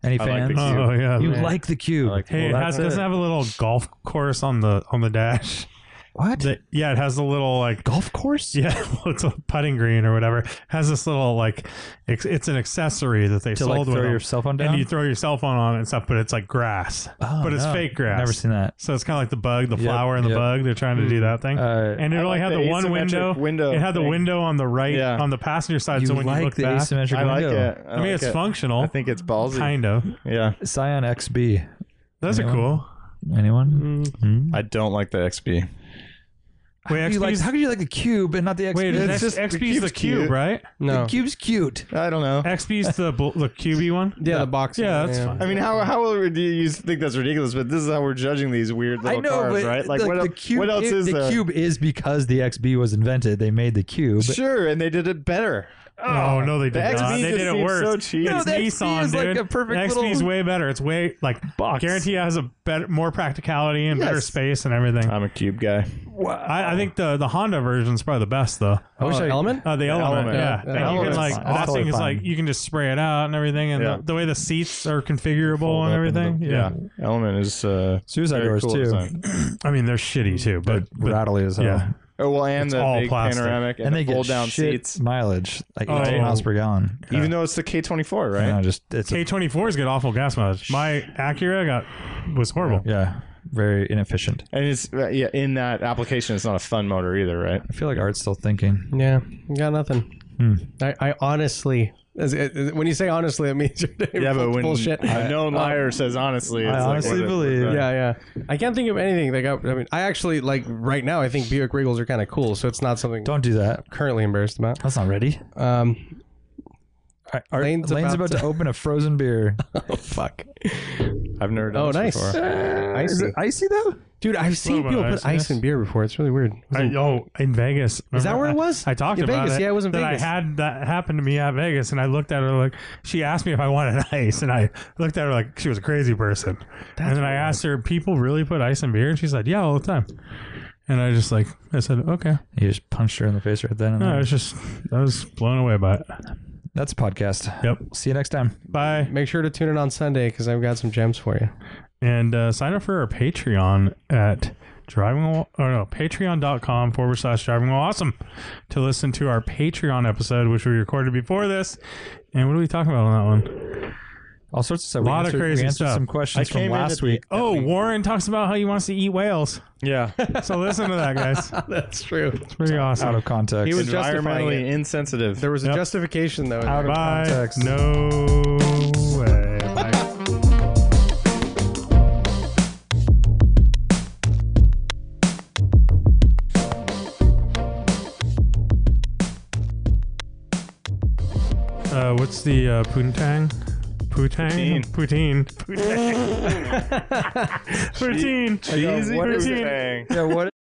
Any I like fans? the Cube. Oh yeah, You man. like the Cube? Hey, Well, it has, that's doesn't it. have a little golf course on the on the dash. what? The- yeah, it has a little like golf course? yeah, well, it's a putting green or whatever. Has this little like it's, it's an accessory that they To like sold with throw them. your cell phone down? and you throw your cell phone on it and stuff, but it's like grass, Oh, but it's no. fake grass. Never seen that. So it's kind of like the bug, the Yep, flower, and the yep. bug. They're trying to do that thing. Uh, and it I only like had the the, one asymmetric window. window It had the thing. window on the right Yeah. on the passenger side. you so when like you look the back, asymmetric I like window? it. I mean, like it's it. functional. I think it's ballsy. kind of. Yeah, Scion XB. Those are Anyone? cool. Anyone? Hmm? I don't like the XB. Wait, You like- XP's how could you like the Cube and not the XB? Wait, It's X- just- the XP's the cube's cube, cute. right? No. the Cube's cute. I don't know. XP's the bl- the cubey one. Yeah, the box. Yeah, that's fine. I mean, how how would you, you think that's ridiculous? But this is how we're judging these weird little I know, cars, but right? Like, the, what, el- the Cube what else is the there? Cube is because the XB was invented. They made the Cube. Sure, and they did it better. Oh no, they The did not. XB They just did it seems worse. so cheap. It's No, the XB Nissan, is like dude. a perfect the XB's little way better. It's way like box. guarantee it has a better, more practicality and better Yes. space and everything. I'm a cube guy. I, I think the the Honda version is probably the best though. I wish Oh, element. Uh, the, element, yeah. Element. Yeah, And you can Element's like fine. that That's thing is totally like fine. you can just spray it out and everything, and Yeah. the, the way the seats are configurable Fold and up in the- everything. yeah. yeah. Element is uh, Suicide very Doors, cool too. design. I mean they're shitty too, but, but rattly as hell. yeah. Oh well, and It's the all big plastic. panoramic and, uh, And they the get fold down shit seats. mileage, like 18 Oh. miles per gallon. Even though it's the K24, right? You know, just it's a- K twenty fours get awful gas mileage. My Acura got was horrible. yeah, very inefficient. And it's uh, yeah, in that application, it's not a fun motor either, right? I feel like Art's still thinking. Yeah, got nothing. I, I honestly, as, as- when you say honestly, it means you're doing bullshit. a known liar says Um, honestly, it's I like, honestly what is- believe- Yeah. yeah, yeah. I can't think of anything that got. I mean, I actually like right now. I think Buick Regals are kind of cool, so it's not something Don't do that. I'm currently embarrassed about. That's not ready. Um, Art, Lane's, Lane's about, about to open a frozen beer. oh fuck. I've never done Oh, nice. this before. Uh, Is Icy. it icy though? Dude, I've seen bit people of put ice iciness. in beer before. It's really weird. I, oh, in Vegas. Remember? Is that where it was? I, I talked In about Vegas, it. yeah, it was in that Vegas. I had that happened to me at Vegas, and I looked at her like she asked me if I wanted ice, and I looked at her like she was a crazy person. and then I asked her, "People really put ice in beer?" And she said, "Yeah, all the time." And I just like I said, "Okay." You just punched her in the face right then. And No, I there. was just I was blown away by it. That's a podcast. Yep. See you next time. Bye. Make sure to tune in on Sunday because I've got some gems for you. And uh, sign up for our Patreon at driving Wheel- or no patreon.com forward slash driving Wheel awesome to listen to our Patreon episode, which we recorded before this. And what are we talking about on that one? All sorts of stuff. Lot of we answered, crazy we answered stuff. Some questions I from came in at last the- week. Oh, Warren talks about how he wants to eat whales. Yeah, So listen to that, guys. That's true. It's pretty oh, Out awesome. of context. He was justifying environmentally it. insensitive. There was a justification though. Out of Bye. context. No way. Bye. Uh, what's the uh, poontang? Poutang? Poutine. Poutine. Poutine. Cheesy Poutine. thing. Yeah. What?